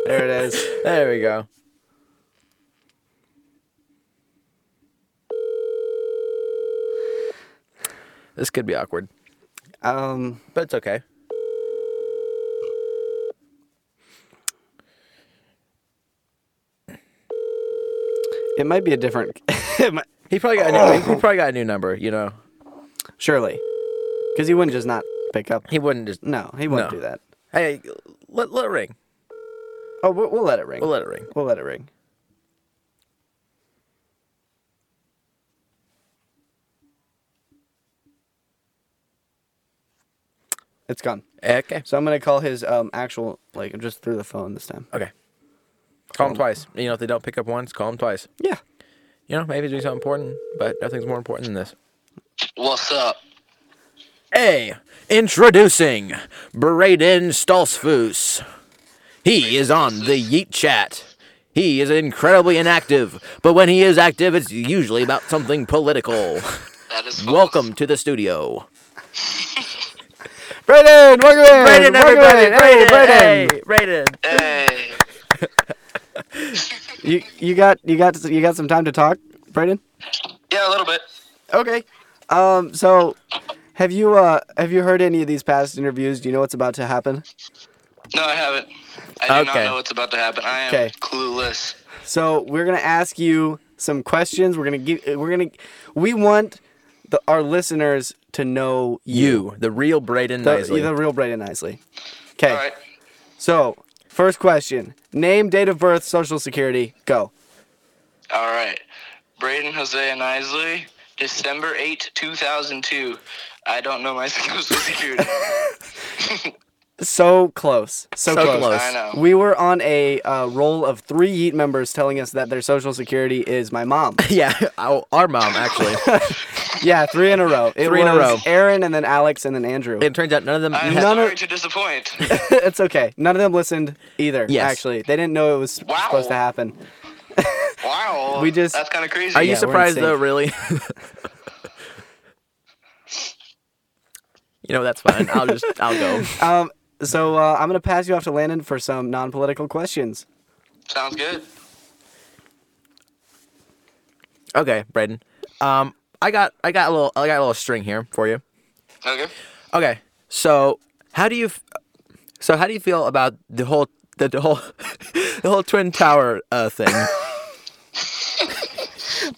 There it is.
There we go. This could be awkward,
Um,
but it's okay.
it might be a different. it might,
He probably got a new, he probably got a new number. You know,
surely, because he wouldn't just not pick up.
he wouldn't just.
No, he wouldn't
No.
do that.
Hey, let let it ring.
Oh, we'll, we'll let it ring.
We'll let it ring.
We'll let it ring. It's gone.
Okay.
So I'm gonna call his um, actual like just through the phone this time.
Okay. Call them twice. You know, if they don't pick up once, call them twice.
Yeah.
You know, maybe do something important, but nothing's more important than this.
What's up?
Hey, introducing Braden Stolzfus. He is on the Yeet Chat. He is incredibly inactive, but when he is active, it's usually about something political.
That is false.
Welcome to the studio.
Brayden, welcome in.
Braden,
Welcome
everybody!
in. Hey, Brayden.
Braden! Braden!
Hey,
You you got you got you got some time to talk, Brayden?
yeah, a little bit.
Okay. Um. So, have you uh have you heard any of these past interviews? Do you know what's about to happen?
No, I haven't. I do
Okay.
not know what's about to happen. I am
Okay.
clueless.
So we're gonna ask you some questions. We're gonna give. We're gonna. We want the, our listeners to know
You, the real Braden
the,
Nisley.
the real Brayden Nicely. Okay.
All right.
So first question: Name, date of birth, social security. Go.
All right. Braden Jose and Isley, December 8, 2002. I don't know my social security.
So close. So,
So
close.
close.
I know.
We were on a uh, roll of three Yeet members telling us that their social security is my mom.
Yeah, our our mom, actually.
yeah, three in a row. It
Three in a
was
row.
Aaron and then Alex and then Andrew.
it turns out none of them.
I'm
had-
None of-
sorry to disappoint.
it's okay. None of them listened either.
Yes.
Actually, they didn't know it was
Wow.
supposed to happen.
Wow.
We just-
That's kind of crazy.
Are you
Yeah, we're
surprised
in sync.
though? Really? you know that's fine. I'll just I'll go.
Um, so uh, I'm gonna pass you off to Landon for some non-political questions.
Sounds good.
Okay, Braden. Um, I got I got a little I got a little string here for you.
Okay.
Okay, so how do you, f- so how do you feel about the whole the, the whole the whole twin tower uh, thing?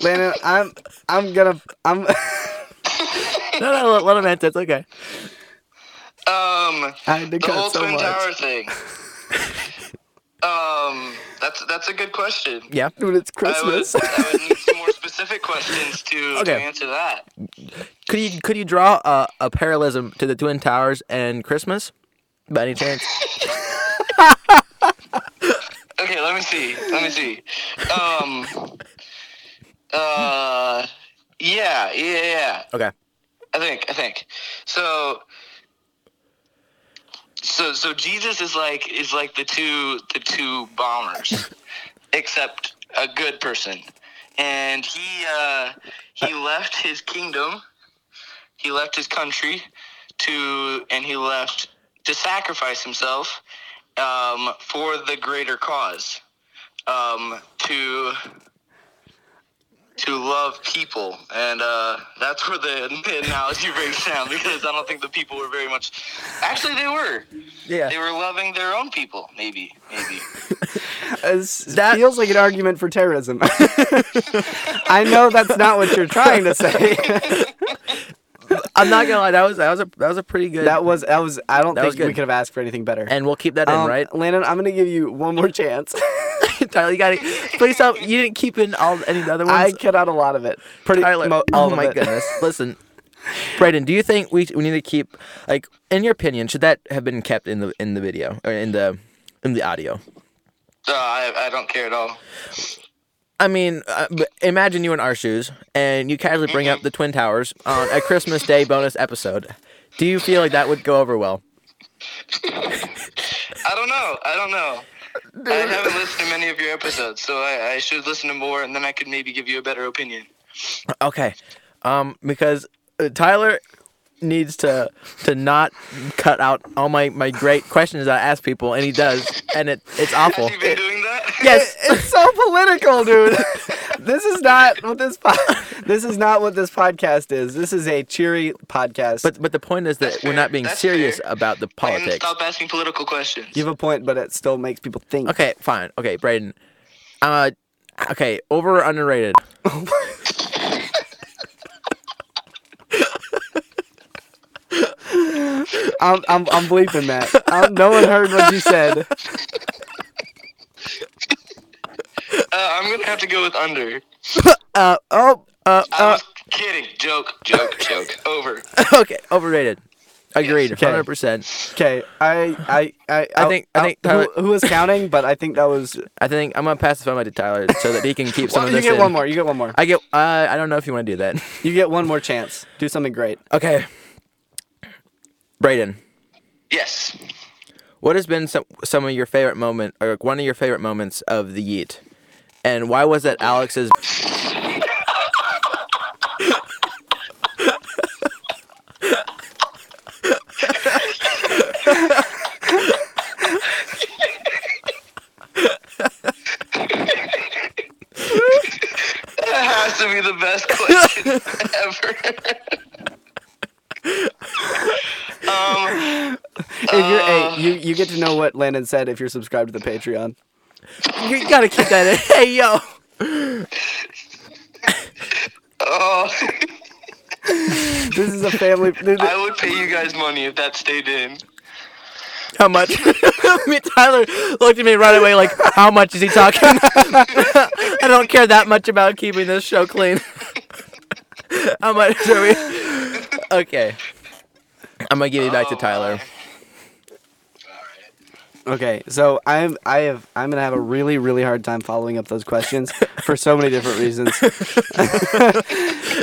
Landon, I'm I'm gonna I'm
no, no, let, let him answer. It's okay.
Um,
I had to
the
cut
whole
so
twin
much.
tower thing. um, that's that's a good question.
Yeah.
Dude, it's
I would,
Christmas.
I would need some more specific questions to, to
Okay.
answer that.
Could you could you draw a, a parallelism to the twin towers and Christmas? By any chance?
Okay, let me see. Let me see. Um, Uh, yeah, yeah, yeah.
Okay.
I think, I think. So, so, so Jesus is like is like the two the two bombers, except a good person, and he uh, he left his kingdom, he left his country, to and he left to sacrifice himself, um, for the greater cause, um, to to love people, and uh, that's where the the analogy breaks down because I don't think the people were very much. Actually, they were. They
Yeah.
were loving their own people, maybe, maybe.
It's-
That-
feels like an argument for terrorism. I know that's not what you're trying to say.
I'm not gonna lie. That was that was a that was a pretty good.
that was that was. I don't
That was
think we
good.
could have asked for anything better.
and we'll keep that in,
Um,
right?
Landon, I'm gonna give you one more chance.
Tyler, you got it. Please stop. You didn't keep in all any of the other
I
ones.
cut out a lot of it. Pretty.
Tyler,
mo- all
oh
of
my
it.
goodness. Listen, Brayden, do you think we we need to keep like in your opinion should that have been kept in the in the video or in the in the audio?
So I, I don't care at all.
I mean, uh, but imagine you in our shoes and you casually bring up the Twin Towers on a Christmas Day bonus episode. Do you feel like that would go over well?
I don't know. I don't know. I haven't listened to many of your episodes, so I, I should listen to more, and then I could maybe give you a better opinion.
Okay, um, because uh, Tyler needs to to not cut out all my my great questions that I ask people, and he does, and it it's awful.
Have you been doing that?
yes,
It's so political, dude. this is not what this po- this is not what this podcast is. This is a cheery podcast.
but but the point is that
That's
we're
fair,
not being
that's
serious
fair.
about the
And
politics.
stop asking political questions.
you have a point, but it still makes people think.
Okay, fine. Okay, Brayden. Uh, okay, over or underrated?
I'm I'm, I'm bleeping that. Um, no one heard what you said.
Uh, I'm gonna have to go with under.
Uh oh. Uh,
I was kidding. Joke. Joke. joke. Over.
okay, overrated. Agreed,
Okay.
hundred percent.
Okay, I I I,
I think- I think Tyler-
who, who was counting, but I think that was.
I think I'm gonna pass the phone back to Tyler so that he can keep some
Well,
of
you
this.
get
in.
one more. You get one more.
I get. Uh, I don't know if you want to do that.
You get one more chance. Do something great.
okay, Brayden.
Yes.
What has been some some of your favorite moment, or like one of your favorite moments of the Yeet, and why was it Alex's?
That has to be the best question ever.
If you're
Uh,
hey, you you get to know what Landon said if you're subscribed to the Patreon.
You gotta keep that in. Hey yo.
oh,
This is a family.
I would pay you guys money if that stayed in.
How much? me, Tyler looked at me right away like, how much is he talking? I don't care that much about keeping this show clean. how much are we? Okay. I'm gonna give you back to
Oh,
Tyler.
Okay, so I'm I have I'm gonna have a really really hard time following up those questions for so many different reasons.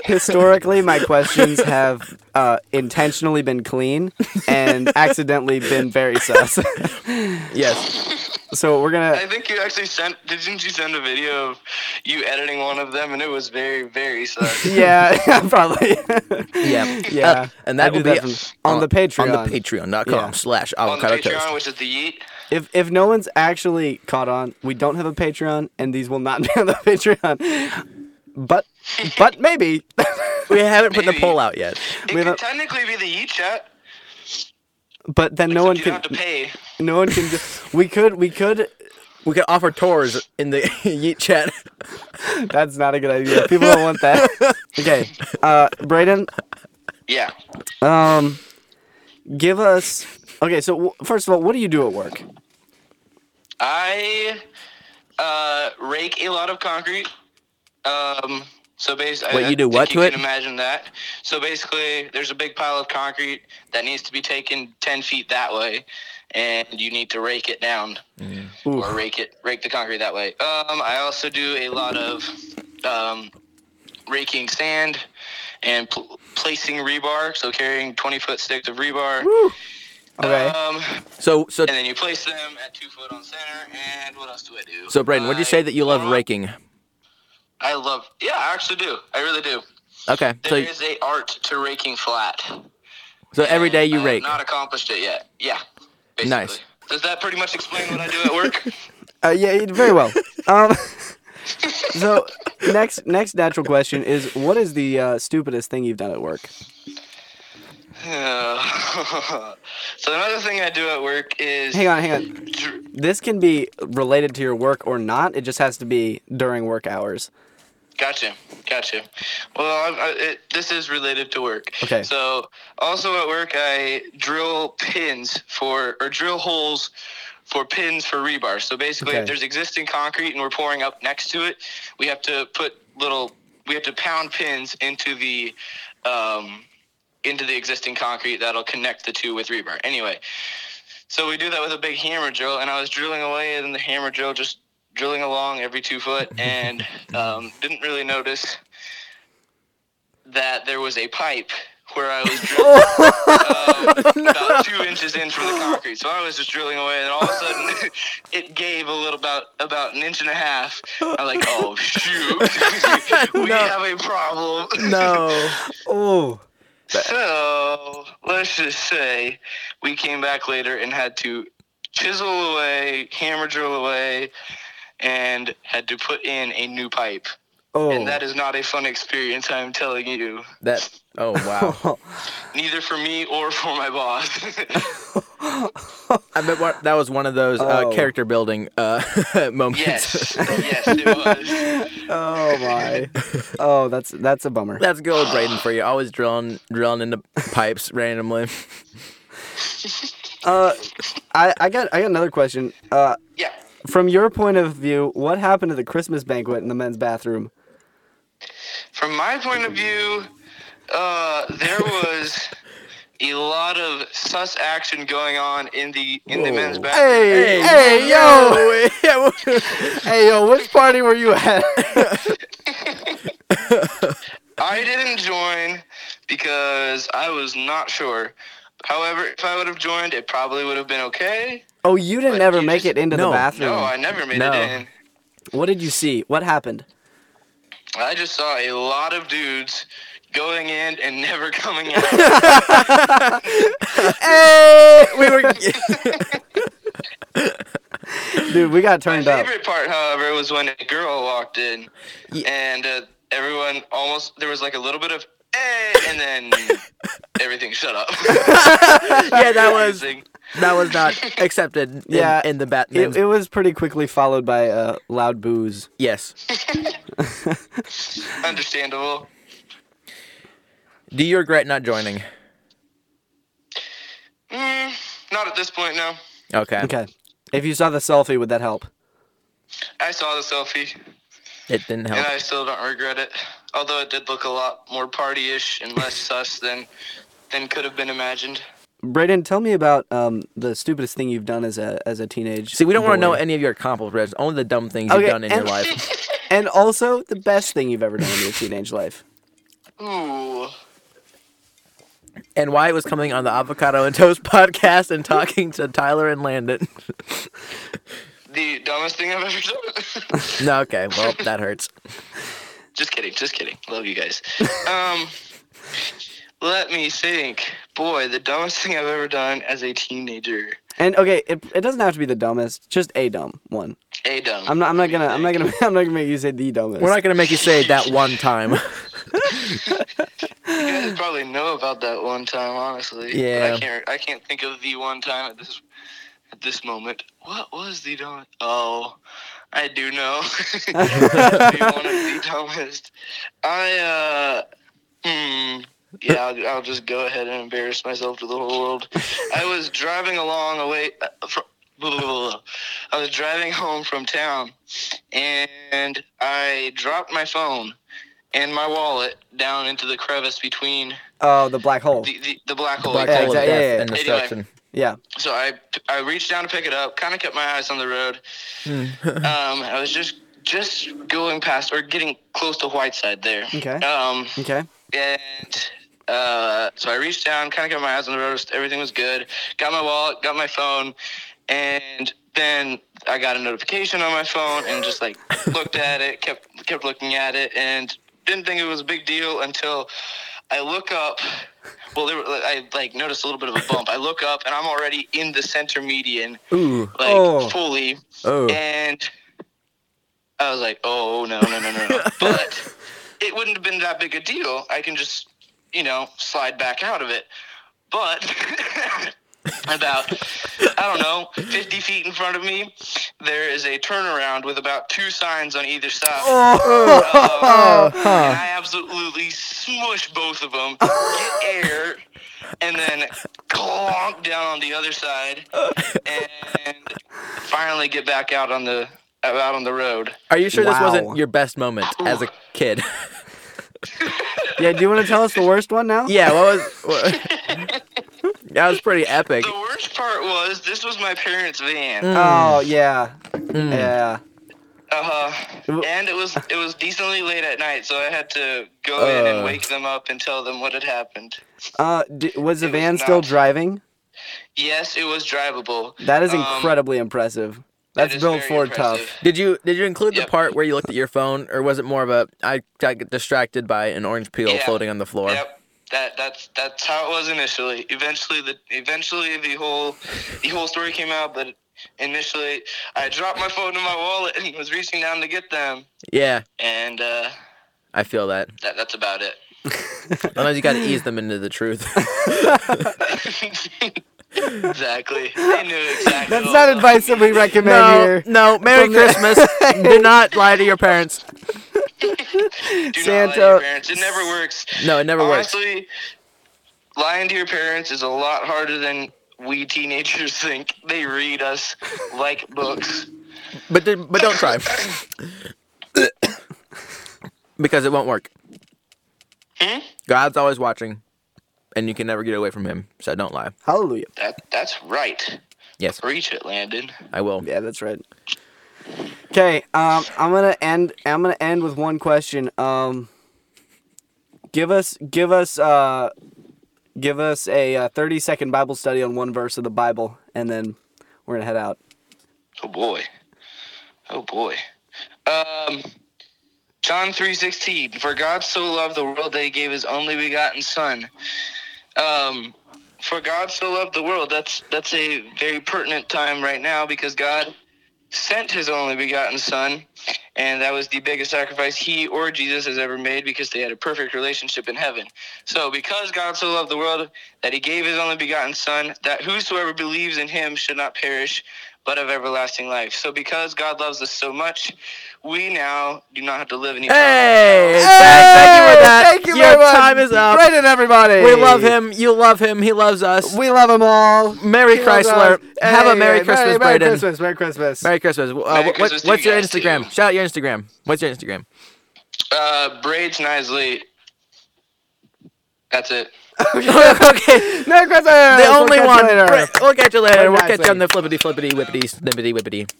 Historically, my questions have uh, intentionally been clean and accidentally been very sus.
Yes.
so we're
I
gonna
think you actually sent. Didn't you send a video of you editing one of them, and it was very, very sus.
yeah probably
Yeah.
Yeah,
Uh, and
I
that
do
will be
that from- on the
On
Patreon.
the patreon.com
Yeah.
slash
On the
avocado
Patreon,
toast.
which is the Yeet.
if if no one's actually caught on, we don't have a Patreon and these will not be on the Patreon. But but maybe
We haven't put the
Maybe.
poll out yet.
It
We have a-
could technically be the Yeet chat.
but then no
so
one
you
can
don't have to pay.
no one can do, we could we could
We could offer tours in the Yeet chat.
That's not a good idea. People don't want that. Okay, uh, Brayden,
Yeah.
um, give us. Okay, so w- first of all, what do you do at work?
I uh, rake a lot of concrete. Um, so basically,
Wait, you do what
you
to
Can
it?
imagine that. So basically, there's a big pile of concrete that needs to be taken ten feet that way, and you need to rake it down
Ooh,
Mm-hmm.
or rake it, rake the concrete that way. Um, I also do a lot of um, raking sand and pl- placing rebar, so carrying 20 foot sticks of rebar.
Okay.
Um,
So so
and then you place them at two foot on center. And what else do I do?
so Braden, what'd you say that you love
I-
raking?
I love. Yeah, I actually do. I really do.
Okay.
There
So
is a art to raking flat.
so every day
I
you
have
rake.
Not accomplished it yet. Yeah. basically.
Nice.
Does that pretty much explain what I do at work?
Uh, yeah, it- very well. Um, so next next natural question is what is the uh, stupidest thing you've done at work?
Uh, so another thing I do at work is
Hang on, hang on.
dr-
This can be related to your work or not. It just has to be during work hours.
Gotcha, gotcha. Well, I'm, I, it, this is related to work.
Okay.
So, also at work, I drill pins for or drill holes for pins for rebar. So basically,
Okay.
if there's existing concrete and we're pouring up next to it, we have to put little we have to pound pins into the um, into the existing concrete that'll connect the two with rebar. Anyway, so we do that with a big hammer drill, and I was drilling away, and then the hammer drill just drilling along every two foot, and um, didn't really notice that there was a pipe where I was drilling um, about two inches in from the concrete. So I was just drilling away, and all of a sudden it gave a little about about an inch and a half. I'm like, oh shoot, we have a problem.
No.
Oh,
So let's just say we came back later and had to chisel away, hammer drill away, and had to put in a new pipe.
oh.
And that is not a fun experience, I'm telling you.
That oh wow.
Neither for me or for my boss.
I bet what, that was one of those uh,
Oh.
character building uh, moments.
yes. yes, it was.
oh my. Oh, that's that's a bummer.
That's good old Braden for you. Always drilling drilling into pipes randomly.
Uh, I, I got I got another question. Uh,
Yeah.
from your point of view, what happened to the Christmas banquet in the men's bathroom?
From my point of view, uh, there was a lot of sus action going on in the in the men's bathroom.
Hey, hey, yo, hey, yo, which party were you at?
I didn't join because I was not sure. However, if I would have joined, it probably would have been okay.
oh, you didn't
But
ever
you
make
just-
it into
No.
the bathroom.
No, I never made
No.
it in.
What did you see? What happened?
I just saw a lot of dudes going in and never coming out.
hey, we were.
Dude, we got
My
turned up.
favorite part, however, was when a girl walked in,
Ye-
and uh, everyone almost there was like a little bit of hey, and then everything shut up.
yeah, that was
Amazing.
that was not accepted. In,
Yeah,
in the bat.
It, it was pretty quickly followed by uh, loud boos.
yes.
understandable.
Do you regret not joining?
Mm, not at this point, no.
Okay.
Okay. If you saw the selfie, would that help?
I saw the selfie,
It didn't help.
and I still don't regret it. Although it did look a lot more party-ish and less sus than than could have been imagined.
Brayden, tell me about um, the stupidest thing you've done as a as a teenage.
See, we don't want to know
boy.
any of your accomplishments. Only the dumb things
Okay,
you've done in your
and-
life.
and also the best thing you've ever done in your teenage life.
Ooh.
And why it was coming on the Avocado and Toast podcast and talking to Tyler and Landon.
The dumbest thing I've ever done.
no, okay. Well, that hurts.
just kidding, just kidding. Love you guys. Um, let me think. Boy, the dumbest thing I've ever done as a teenager.
And okay, it, it doesn't have to be the dumbest, just a dumb one.
A dumb.
I'm not I'm not gonna I'm not gonna I'm not gonna make you say the dumbest.
We're not gonna make you say it that one time.
You guys probably know about that one time, honestly. but
Yeah.
I can't. I can't think of the one time at this at this moment. What was the dumbest? Oh, I do know. Maybe one of the dumbest. I uh. Hmm. Yeah, I'll, I'll just go ahead and embarrass myself to the whole world. I was driving along away. uh, fr- blah, blah, blah, blah. I was driving home from town, and I dropped my phone and my wallet down into the crevice between
Oh, the black hole.
the, the, the black hole.
Black
Yeah,
hole of
exactly,
death
yeah, yeah.
and
Anyway.
destruction.
Yeah.
So I I reached down to pick it up, kind of kept my eyes on the road. um, I was just just going past or getting close to Whiteside there.
Okay.
Um,
Okay.
and uh, so I reached down, kind of got my eyes on the road. Everything was good. Got my wallet, got my phone, and then I got a notification on my phone and just like looked at it, kept kept looking at it, and didn't think it was a big deal until I look up. Well, there, were- I like noticed a little bit of a bump. I look up and I'm already in the center median,
Ooh.
like
oh.
fully,
Oh.
and I was like, oh no, no, no, no, no. but it wouldn't have been that big a deal. I can just, you know, slide back out of it. But about I don't know, fifty feet in front of me, there is a turnaround with about two signs on either side.
Oh.
Um, and I absolutely smush both of them, get air, and then clonk down on the other side, and finally get back out on the out on the road.
Are you sure this
Wow.
wasn't your best moment as a kid?
Yeah. Do you want to tell us the worst one now?
yeah, what was? What, that was pretty epic.
The worst part was this was my parents' van,
Oh yeah.
Hmm.
Yeah.
uh-huh. and it was it was decently late at night, so I had to go in
Uh.
and wake them up and tell them what had happened.
Uh, d- was the
It was
van still
not-
driving?
Yes, it was drivable.
That is
Um,
incredibly impressive. That's
is
built
very
Ford
impressive.
tough.
Did you did you include the
Yep.
part where you looked at your phone, or was it more of a I got distracted by an orange peel
Yeah.
floating on the floor?
Yep. That that's that's how it was initially. Eventually the eventually the whole the whole story came out, but initially I dropped my phone in my wallet and was reaching down to get them,
Yeah,
and uh,
I feel that.
that that's about it.
Sometimes you got to ease them into the truth.
exactly. They knew
That's
exactly. what
not
was up.
advice that we recommend
no,
here.
no. Merry
From the-
Christmas. Do not lie to your parents.
Do not lie to your
Santa-
parents. It never works.
No, it never works.
Honestly, lying to your parents is a lot harder than we teenagers think. They read us like books.
But th- but don't try. because it won't work.
Hmm?
God's always watching, and you can never get away from Him. So don't lie.
Hallelujah.
That that's right.
Yes,
Reach it, Landon.
I will.
Yeah, that's right. Okay, um, I'm gonna end. I'm gonna end with one question. Um, give us, give us, uh, give us a uh, 30 second Bible study on one verse of the Bible, and then we're gonna head out.
Oh boy. Oh boy. Um John 3:16 For God so loved the world that he gave his only begotten son. Um for God so loved the world. That's that's a very pertinent time right now because God sent his only begotten son and that was the biggest sacrifice he or Jesus has ever made because they had a perfect relationship in heaven. So because God so loved the world that he gave his only begotten son that whosoever believes in him should not perish but of everlasting life. So because God loves us so much, we now do not have to live any
Hey,
Hey, thank, thank you for that.
Thank you
your
very much.
time is up.
Right in, everybody.
We love him. You love him. He loves us.
We love him all.
Merry
He loves
Chrysler.
us.
Have a
Hey,
Merry
hey,
Christmas,
Merry, Merry
Braden.
Christmas. Merry Christmas.
Merry Christmas. Uh, what-
Christmas to
what's
you
your
guys,
Instagram?
too.
Shout out your Instagram. What's your Instagram?
Uh, braids nicely. That's it.
okay.
Merry Christmas.
The only one.
Later.
We'll catch you later.
Braden
We'll catch you on
Isley.
the flippity flippity whippity snippity whippity.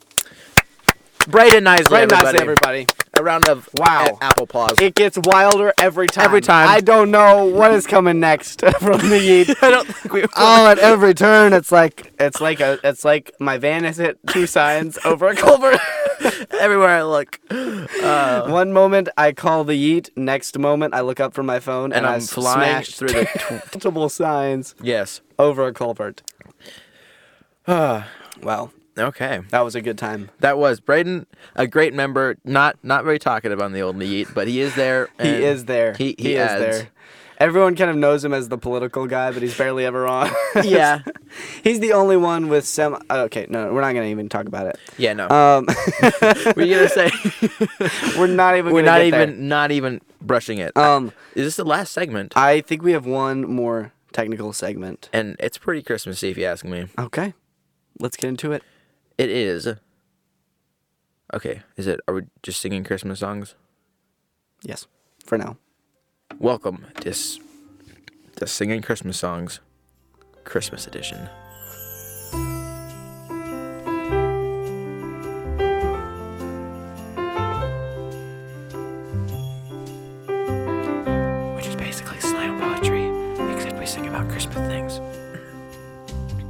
Braden Isley,
Very nice,
everybody.
everybody.
A round of
Wow.
a- apple paws.
It gets wilder every time.
Every time.
I don't know what is coming next from the Yeet.
I don't think we.
Oh, at every turn, it's like it's like a it's like my van has hit two signs over a culvert.
Everywhere I look, Uh-huh.
One moment I call the yeet, next moment I look up from my phone and,
and
I
I'm
s-
flying
smash
through the. Tw-
multiple signs
yes.
over a culvert. wow,
Okay.
that was a good time.
That was Braden, a great member. Not not very talkative on the old Yeet, but he is there.
He
and
is there.
He he,
is
adds.
there. Everyone kind of knows him as the political guy, but he's barely ever on.
Yeah.
he's the only one with some. Okay, no, we're not gonna even talk about it.
Yeah. No.
Um,
Were you gonna say
we're not even.
we're
gonna
not
get there.
even not even brushing it?
Um,
is this the last segment?
I think we have one more technical segment.
and it's pretty Christmassy, if you ask me.
Okay, let's get into it.
It is. Okay. Is it? Are we just singing Christmas songs?
Yes, for now.
Welcome to s- to singing Christmas songs, Christmas edition. slam poetry, except we sing about Christmas things.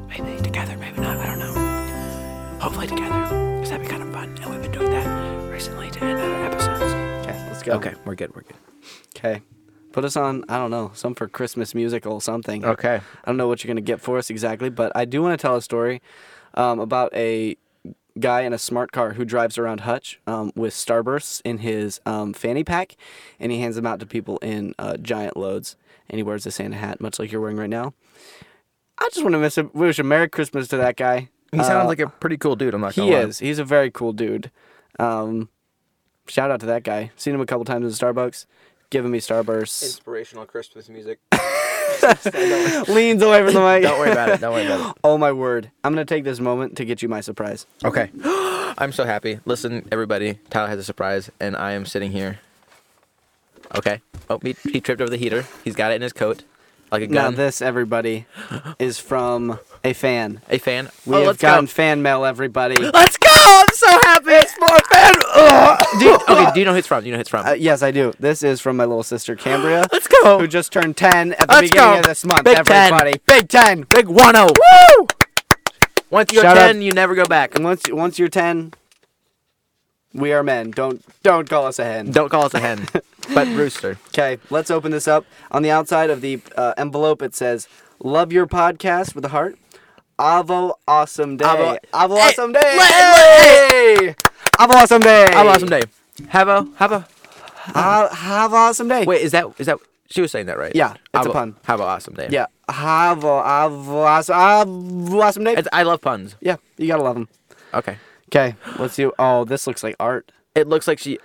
Maybe together, maybe not, I don't know. Hopefully together, because that'd be kind of fun, and we've been doing that recently to end our episodes.
Okay, let's go.
Okay, we're good, we're good.
Okay. Put us on, I don't know, some for Christmas musical or something.
Okay.
I don't know what you're going to get for us exactly, but I do want to tell a story um, about a guy in a smart car who drives around Hutch um, with Starbursts in his um, fanny pack, and he hands them out to people in uh, giant loads, and he wears a Santa hat, much like you're wearing right now. I just want to miss a, wish a Merry Christmas to that guy.
He
Uh,
sounds like a pretty cool dude, I'm not gonna
he
lie.
is. He's a very cool dude. Um, shout out to that guy. Seen him a couple times in Starbucks, giving me Starbursts.
Inspirational Christmas music.
Leans away from the mic.
Don't worry about it, don't worry about
Oh my word! I'm gonna take this moment to get you my surprise.
it. Okay. I'm so happy. Listen, everybody, Tyler has a surprise, and I am sitting here. Okay. Oh, he, he tripped over the heater. He's got it in his coat. Like a
Now
gun.
this, everybody, is from a fan.
a fan.
We
oh,
have
let's
gotten
go.
fan mail, everybody.
Let's go! I'm so happy. It's from a fan. Ugh. Do you, okay, do you know who it's from? Do you know who it's from?
Uh, yes, I do. This is from my little sister Cambria,
let's go.
who just turned 10 at the
Let's
beginning
go.
of this month.
Big 10.
everybody, Big 10.
Big one zero. Woo! Once you go
Shout out-
ten, you never go back.
And once once you're 10, we are men. Don't don't call us a hen.
Don't call us a hen, but rooster.
Okay, let's open this up. On the outside of the uh, envelope, it says "Love your podcast" with a heart. Avo awesome day.
Avo-
Avo,
Hey,
awesome day.
let-
Hey! Avo awesome day.
Have an awesome day. Have a have a.
Ha- have a awesome day.
Wait, is that is that she was saying that right?
Yeah, it's
have
a pun.
Have an awesome day.
Yeah. Have a, have a awesome, have a awesome day.
It's, I love puns.
yeah, you gotta love them.
Okay.
Okay, let's do. Oh, this looks like art.
It looks like she.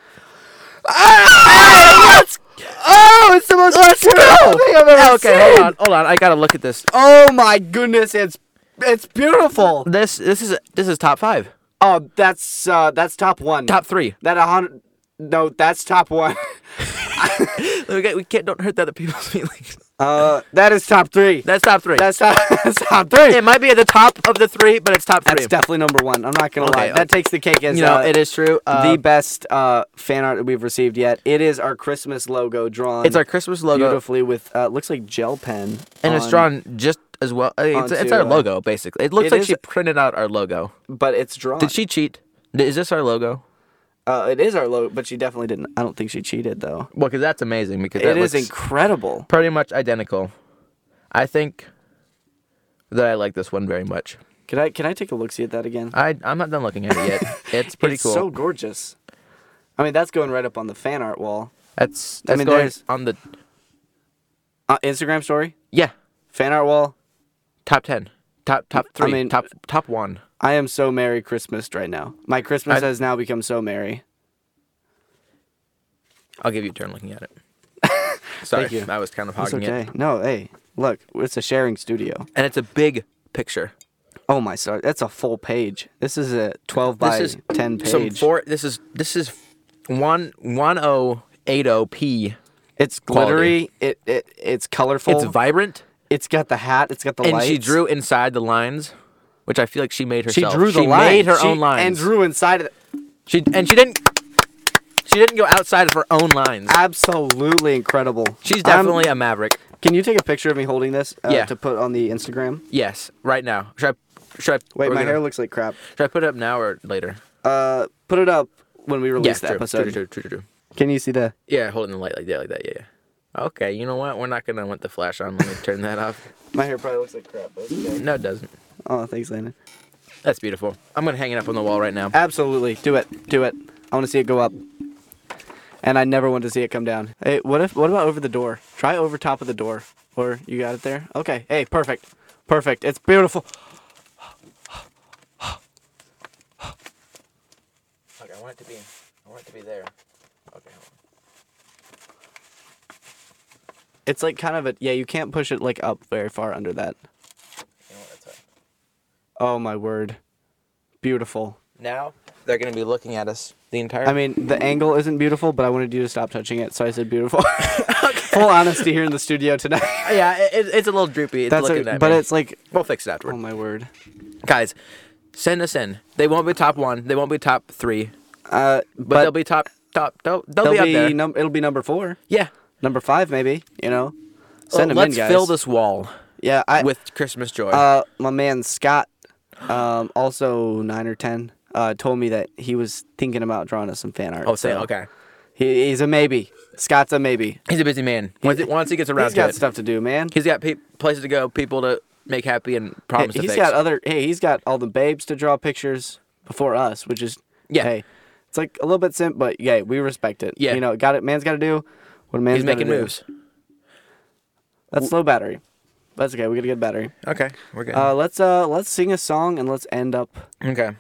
Oh, it's the most let's go. thing I've ever
Okay, hold on, hold on. I gotta look at this.
Oh my goodness, it's it's beautiful.
This this is this is top five,
Oh, that's uh, that's top one.
top three.
That a hundred. No, that's top one.
We, get, we can't don't hurt the other people's feelings.
Uh, that is top three.
That's top three.
that's top. That's top three.
it might be at the top of the three, but it's top three.
That's definitely number one. I'm not gonna
Okay,
lie.
okay.
That takes the cake as
you know,
uh,
it is true. Uh,
the best uh, fan art that we've received yet. It is our Christmas logo drawn.
it's our Christmas logo,
beautifully with uh, looks like gel pen.
and it's
on-
drawn just as well. uh, It's, it's
onto,
our
uh,
logo, basically. It looks
it
like
is-
she printed out our logo.
but it's drawn.
Did she cheat? D- Is this our logo?
Uh, it is our logo, but she definitely didn't. I don't think she cheated though.
Well, because that's amazing. Because
It
that
is
looks
incredible.
pretty much identical. I think that I like this one very much.
Can I can I take a look see at that again?
I I'm not done looking at it yet. It's Uh, pretty
it's
cool.
So gorgeous. I mean, that's going right up on the fan art wall.
that's
I
that's
mean,
going
there's-
on the
Uh, Instagram story,
yeah
fan art wall.
top ten, top top three,
mean-
top top one.
I am so merry Christmas right now. My Christmas
I-
has now become so merry.
I'll give you a turn looking at it. Sorry,
Thank you.
I was kind of
It's
hogging
okay.
it.
No, hey, look, it's a sharing studio.
And it's a big picture.
Oh my star, that's a full page. This is a 12 by
this is
10 page.
Some four. This is this is one one oh eight oh p.
it's glittery. It, it it's colorful.
It's vibrant,
it's got the hat. It's got the
and
lights.
she drew inside the lines, which I feel like she made
She
herself.
drew the
she
line.
made her
She-
own lines.
and drew inside of it.
She and she didn't. She didn't go outside of her own lines.
Absolutely incredible.
She's
I'm-
definitely a maverick.
can you take a picture of me holding this? Uh,
Yeah.
To put on the Instagram.
Yes, right now. Should I? Should I?
Wait,
we're
my
gonna-
hair looks like crap.
Should I put it up now or later?
Uh, put it up when we release
Yes,
the
true,
episode.
True, true, true, true, true.
Can you see the?
Yeah, hold it in the light like that, like that. Yeah, yeah. Okay, you know what? We're not gonna want the flash on. Let me turn that off.
My hair probably looks like crap. But it's okay.
No, it doesn't.
Oh, thanks, Landon.
That's beautiful. I'm gonna hang it up on the wall right now.
Absolutely. Do it. Do it. I want to see it go up. And I never want to see it come down. Hey, what if what about over the door? Try over top of the door. Or you got it there? Okay. Hey, perfect. Perfect. It's beautiful.
Look, I want it to be. I want it to be there. Okay.
It's like kind of a yeah, you can't push it like up very far under that.
You know what? That's right.
Oh my word. Beautiful.
Now they're gonna be looking at us the entire.
I mean, the angle isn't beautiful, but I wanted you to stop touching it, so I said beautiful. Full honesty here in the studio tonight.
yeah, it, it's a little droopy. It's
That's
looking
a,
at
but
me.
it's like
We'll fix it afterward.
oh my word.
Guys, send us in. They won't be top one. They won't be top three.
Uh
But, they'll be top top. They'll, they'll, be up there.
num- it'll be number 4.
yeah.
number five maybe you know Send them
Let's
in, guys.
fill this wall
yeah, I,
with Christmas joy.
Uh, my man Scott, um, also nine or ten, uh, told me that he was thinking about drawing us some fan art.
oh, say
so
okay.
He, he's a maybe. Scott's a maybe.
He's a busy man. Once, it, once he gets around
He's got
to it,
stuff to do, man.
he's got pe- places to go, people to make happy, and
Hey,
problems to
he's
fix.
got other. Hey, he's got all the babes to draw pictures before us, which is
Yeah.
Hey, it's like a little bit simp, but yeah, we respect it.
Yeah.
you know, got it. Man's got to do what a man's
he's
gotta
making
do.
moves.
That's low battery. That's okay. We got a good battery.
Okay, we're good.
Uh, let's uh let's sing a song and let's end up
okay,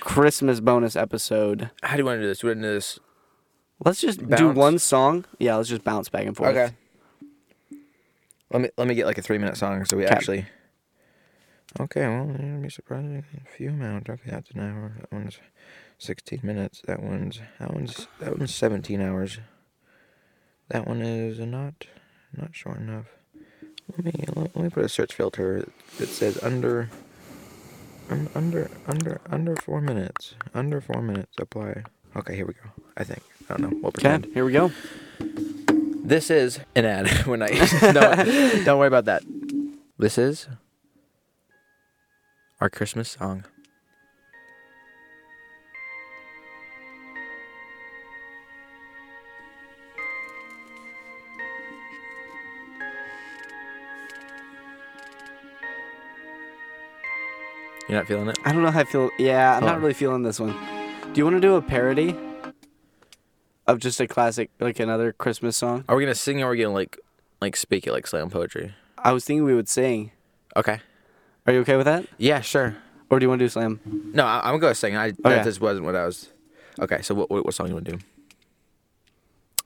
Christmas bonus episode.
how do you want to do this? We want to do this.
Let's just do
Bounce.
one song. Yeah, let's just bounce back and forth.
Let me let me get like a three minute song so we actually. Okay, well, you'll be surprised. A few amount. Okay, that's an hour. That one's sixteen minutes. That one's that one's that one's seventeen hours. That one is not not short enough. Let me let, let me put a search filter that says under. un- Under under under four minutes. Under four minutes. Apply. Okay, here we go. I think. I don't know. We'll
Okay,
pretend.
here we go.
This is an ad. When I no, don't worry about that. This is our Christmas song. You're not feeling it?
I don't know how I feel. Yeah, I'm
Hold
not
on.
really feeling this one. Do you want to do a parody of just a classic, like another Christmas song?
Are we gonna sing or are we gonna like like speak it like slam poetry?
I was thinking we would sing.
Okay.
Are you okay with that?
Yeah, sure.
Or do you want to do slam?
No, I, I'm gonna go sing. I
Okay.
that just wasn't what I was. Okay, so what what, what song you wanna do?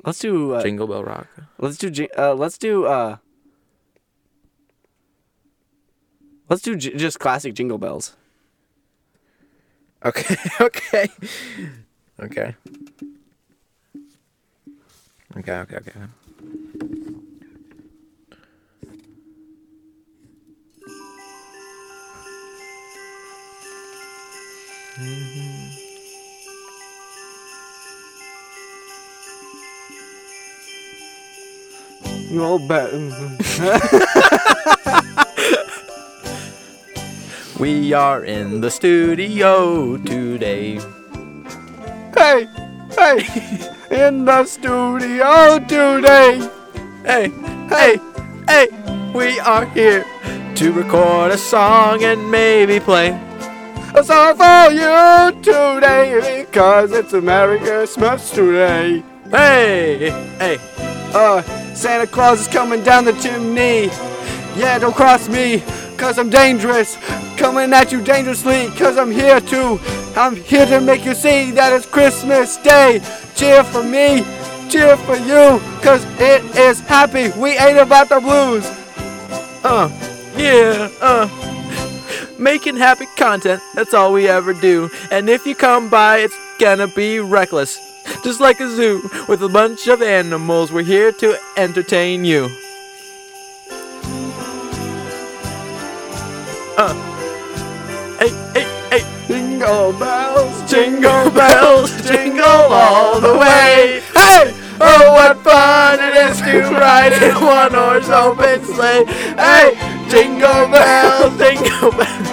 Let's do. Uh,
Jingle Bell Rock.
let's do. jing- Uh, let's do. Uh, let's do j- just classic jingle bells.
Okay, okay, okay, okay, okay, okay.
You all bet.
We are in the studio today.
hey, hey, in the studio today.
Hey, hey, hey, we are here to record a song and maybe play.
A song for you today because it's a Merry Christmas today.
Hey, hey,
Uh, Santa Claus is coming down the chimney. Yeah, don't cross me because I'm dangerous. Coming at you dangerously because I'm here to. I'm here to make you see that it's Christmas Day. Cheer for me, cheer for you because it is happy. We ain't about the blues.
uh, yeah, uh. Making happy content, that's all we ever do. And if you come by, it's gonna be reckless. Just like a zoo with a bunch of animals, we're here to entertain you. Uh. Hey, hey, hey.
Jingle bells,
Jingle bells, jingle all the way. Hey! Oh, what fun it is to ride in one horse open sleigh. Hey! Jingle bells, jingle bells.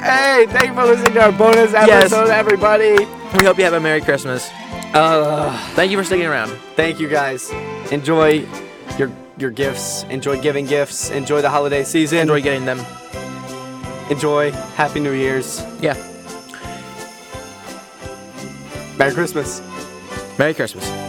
Hey, thank you for listening to our bonus
Yes.
episode, everybody.
We hope you have a Merry Christmas.
Uh,
Thank you for sticking around.
thank you guys. Enjoy your your gifts. Enjoy giving gifts. Enjoy the holiday season.
Enjoy getting them.
Enjoy. Happy New Year's.
Yeah.
Merry Christmas.
Merry Christmas.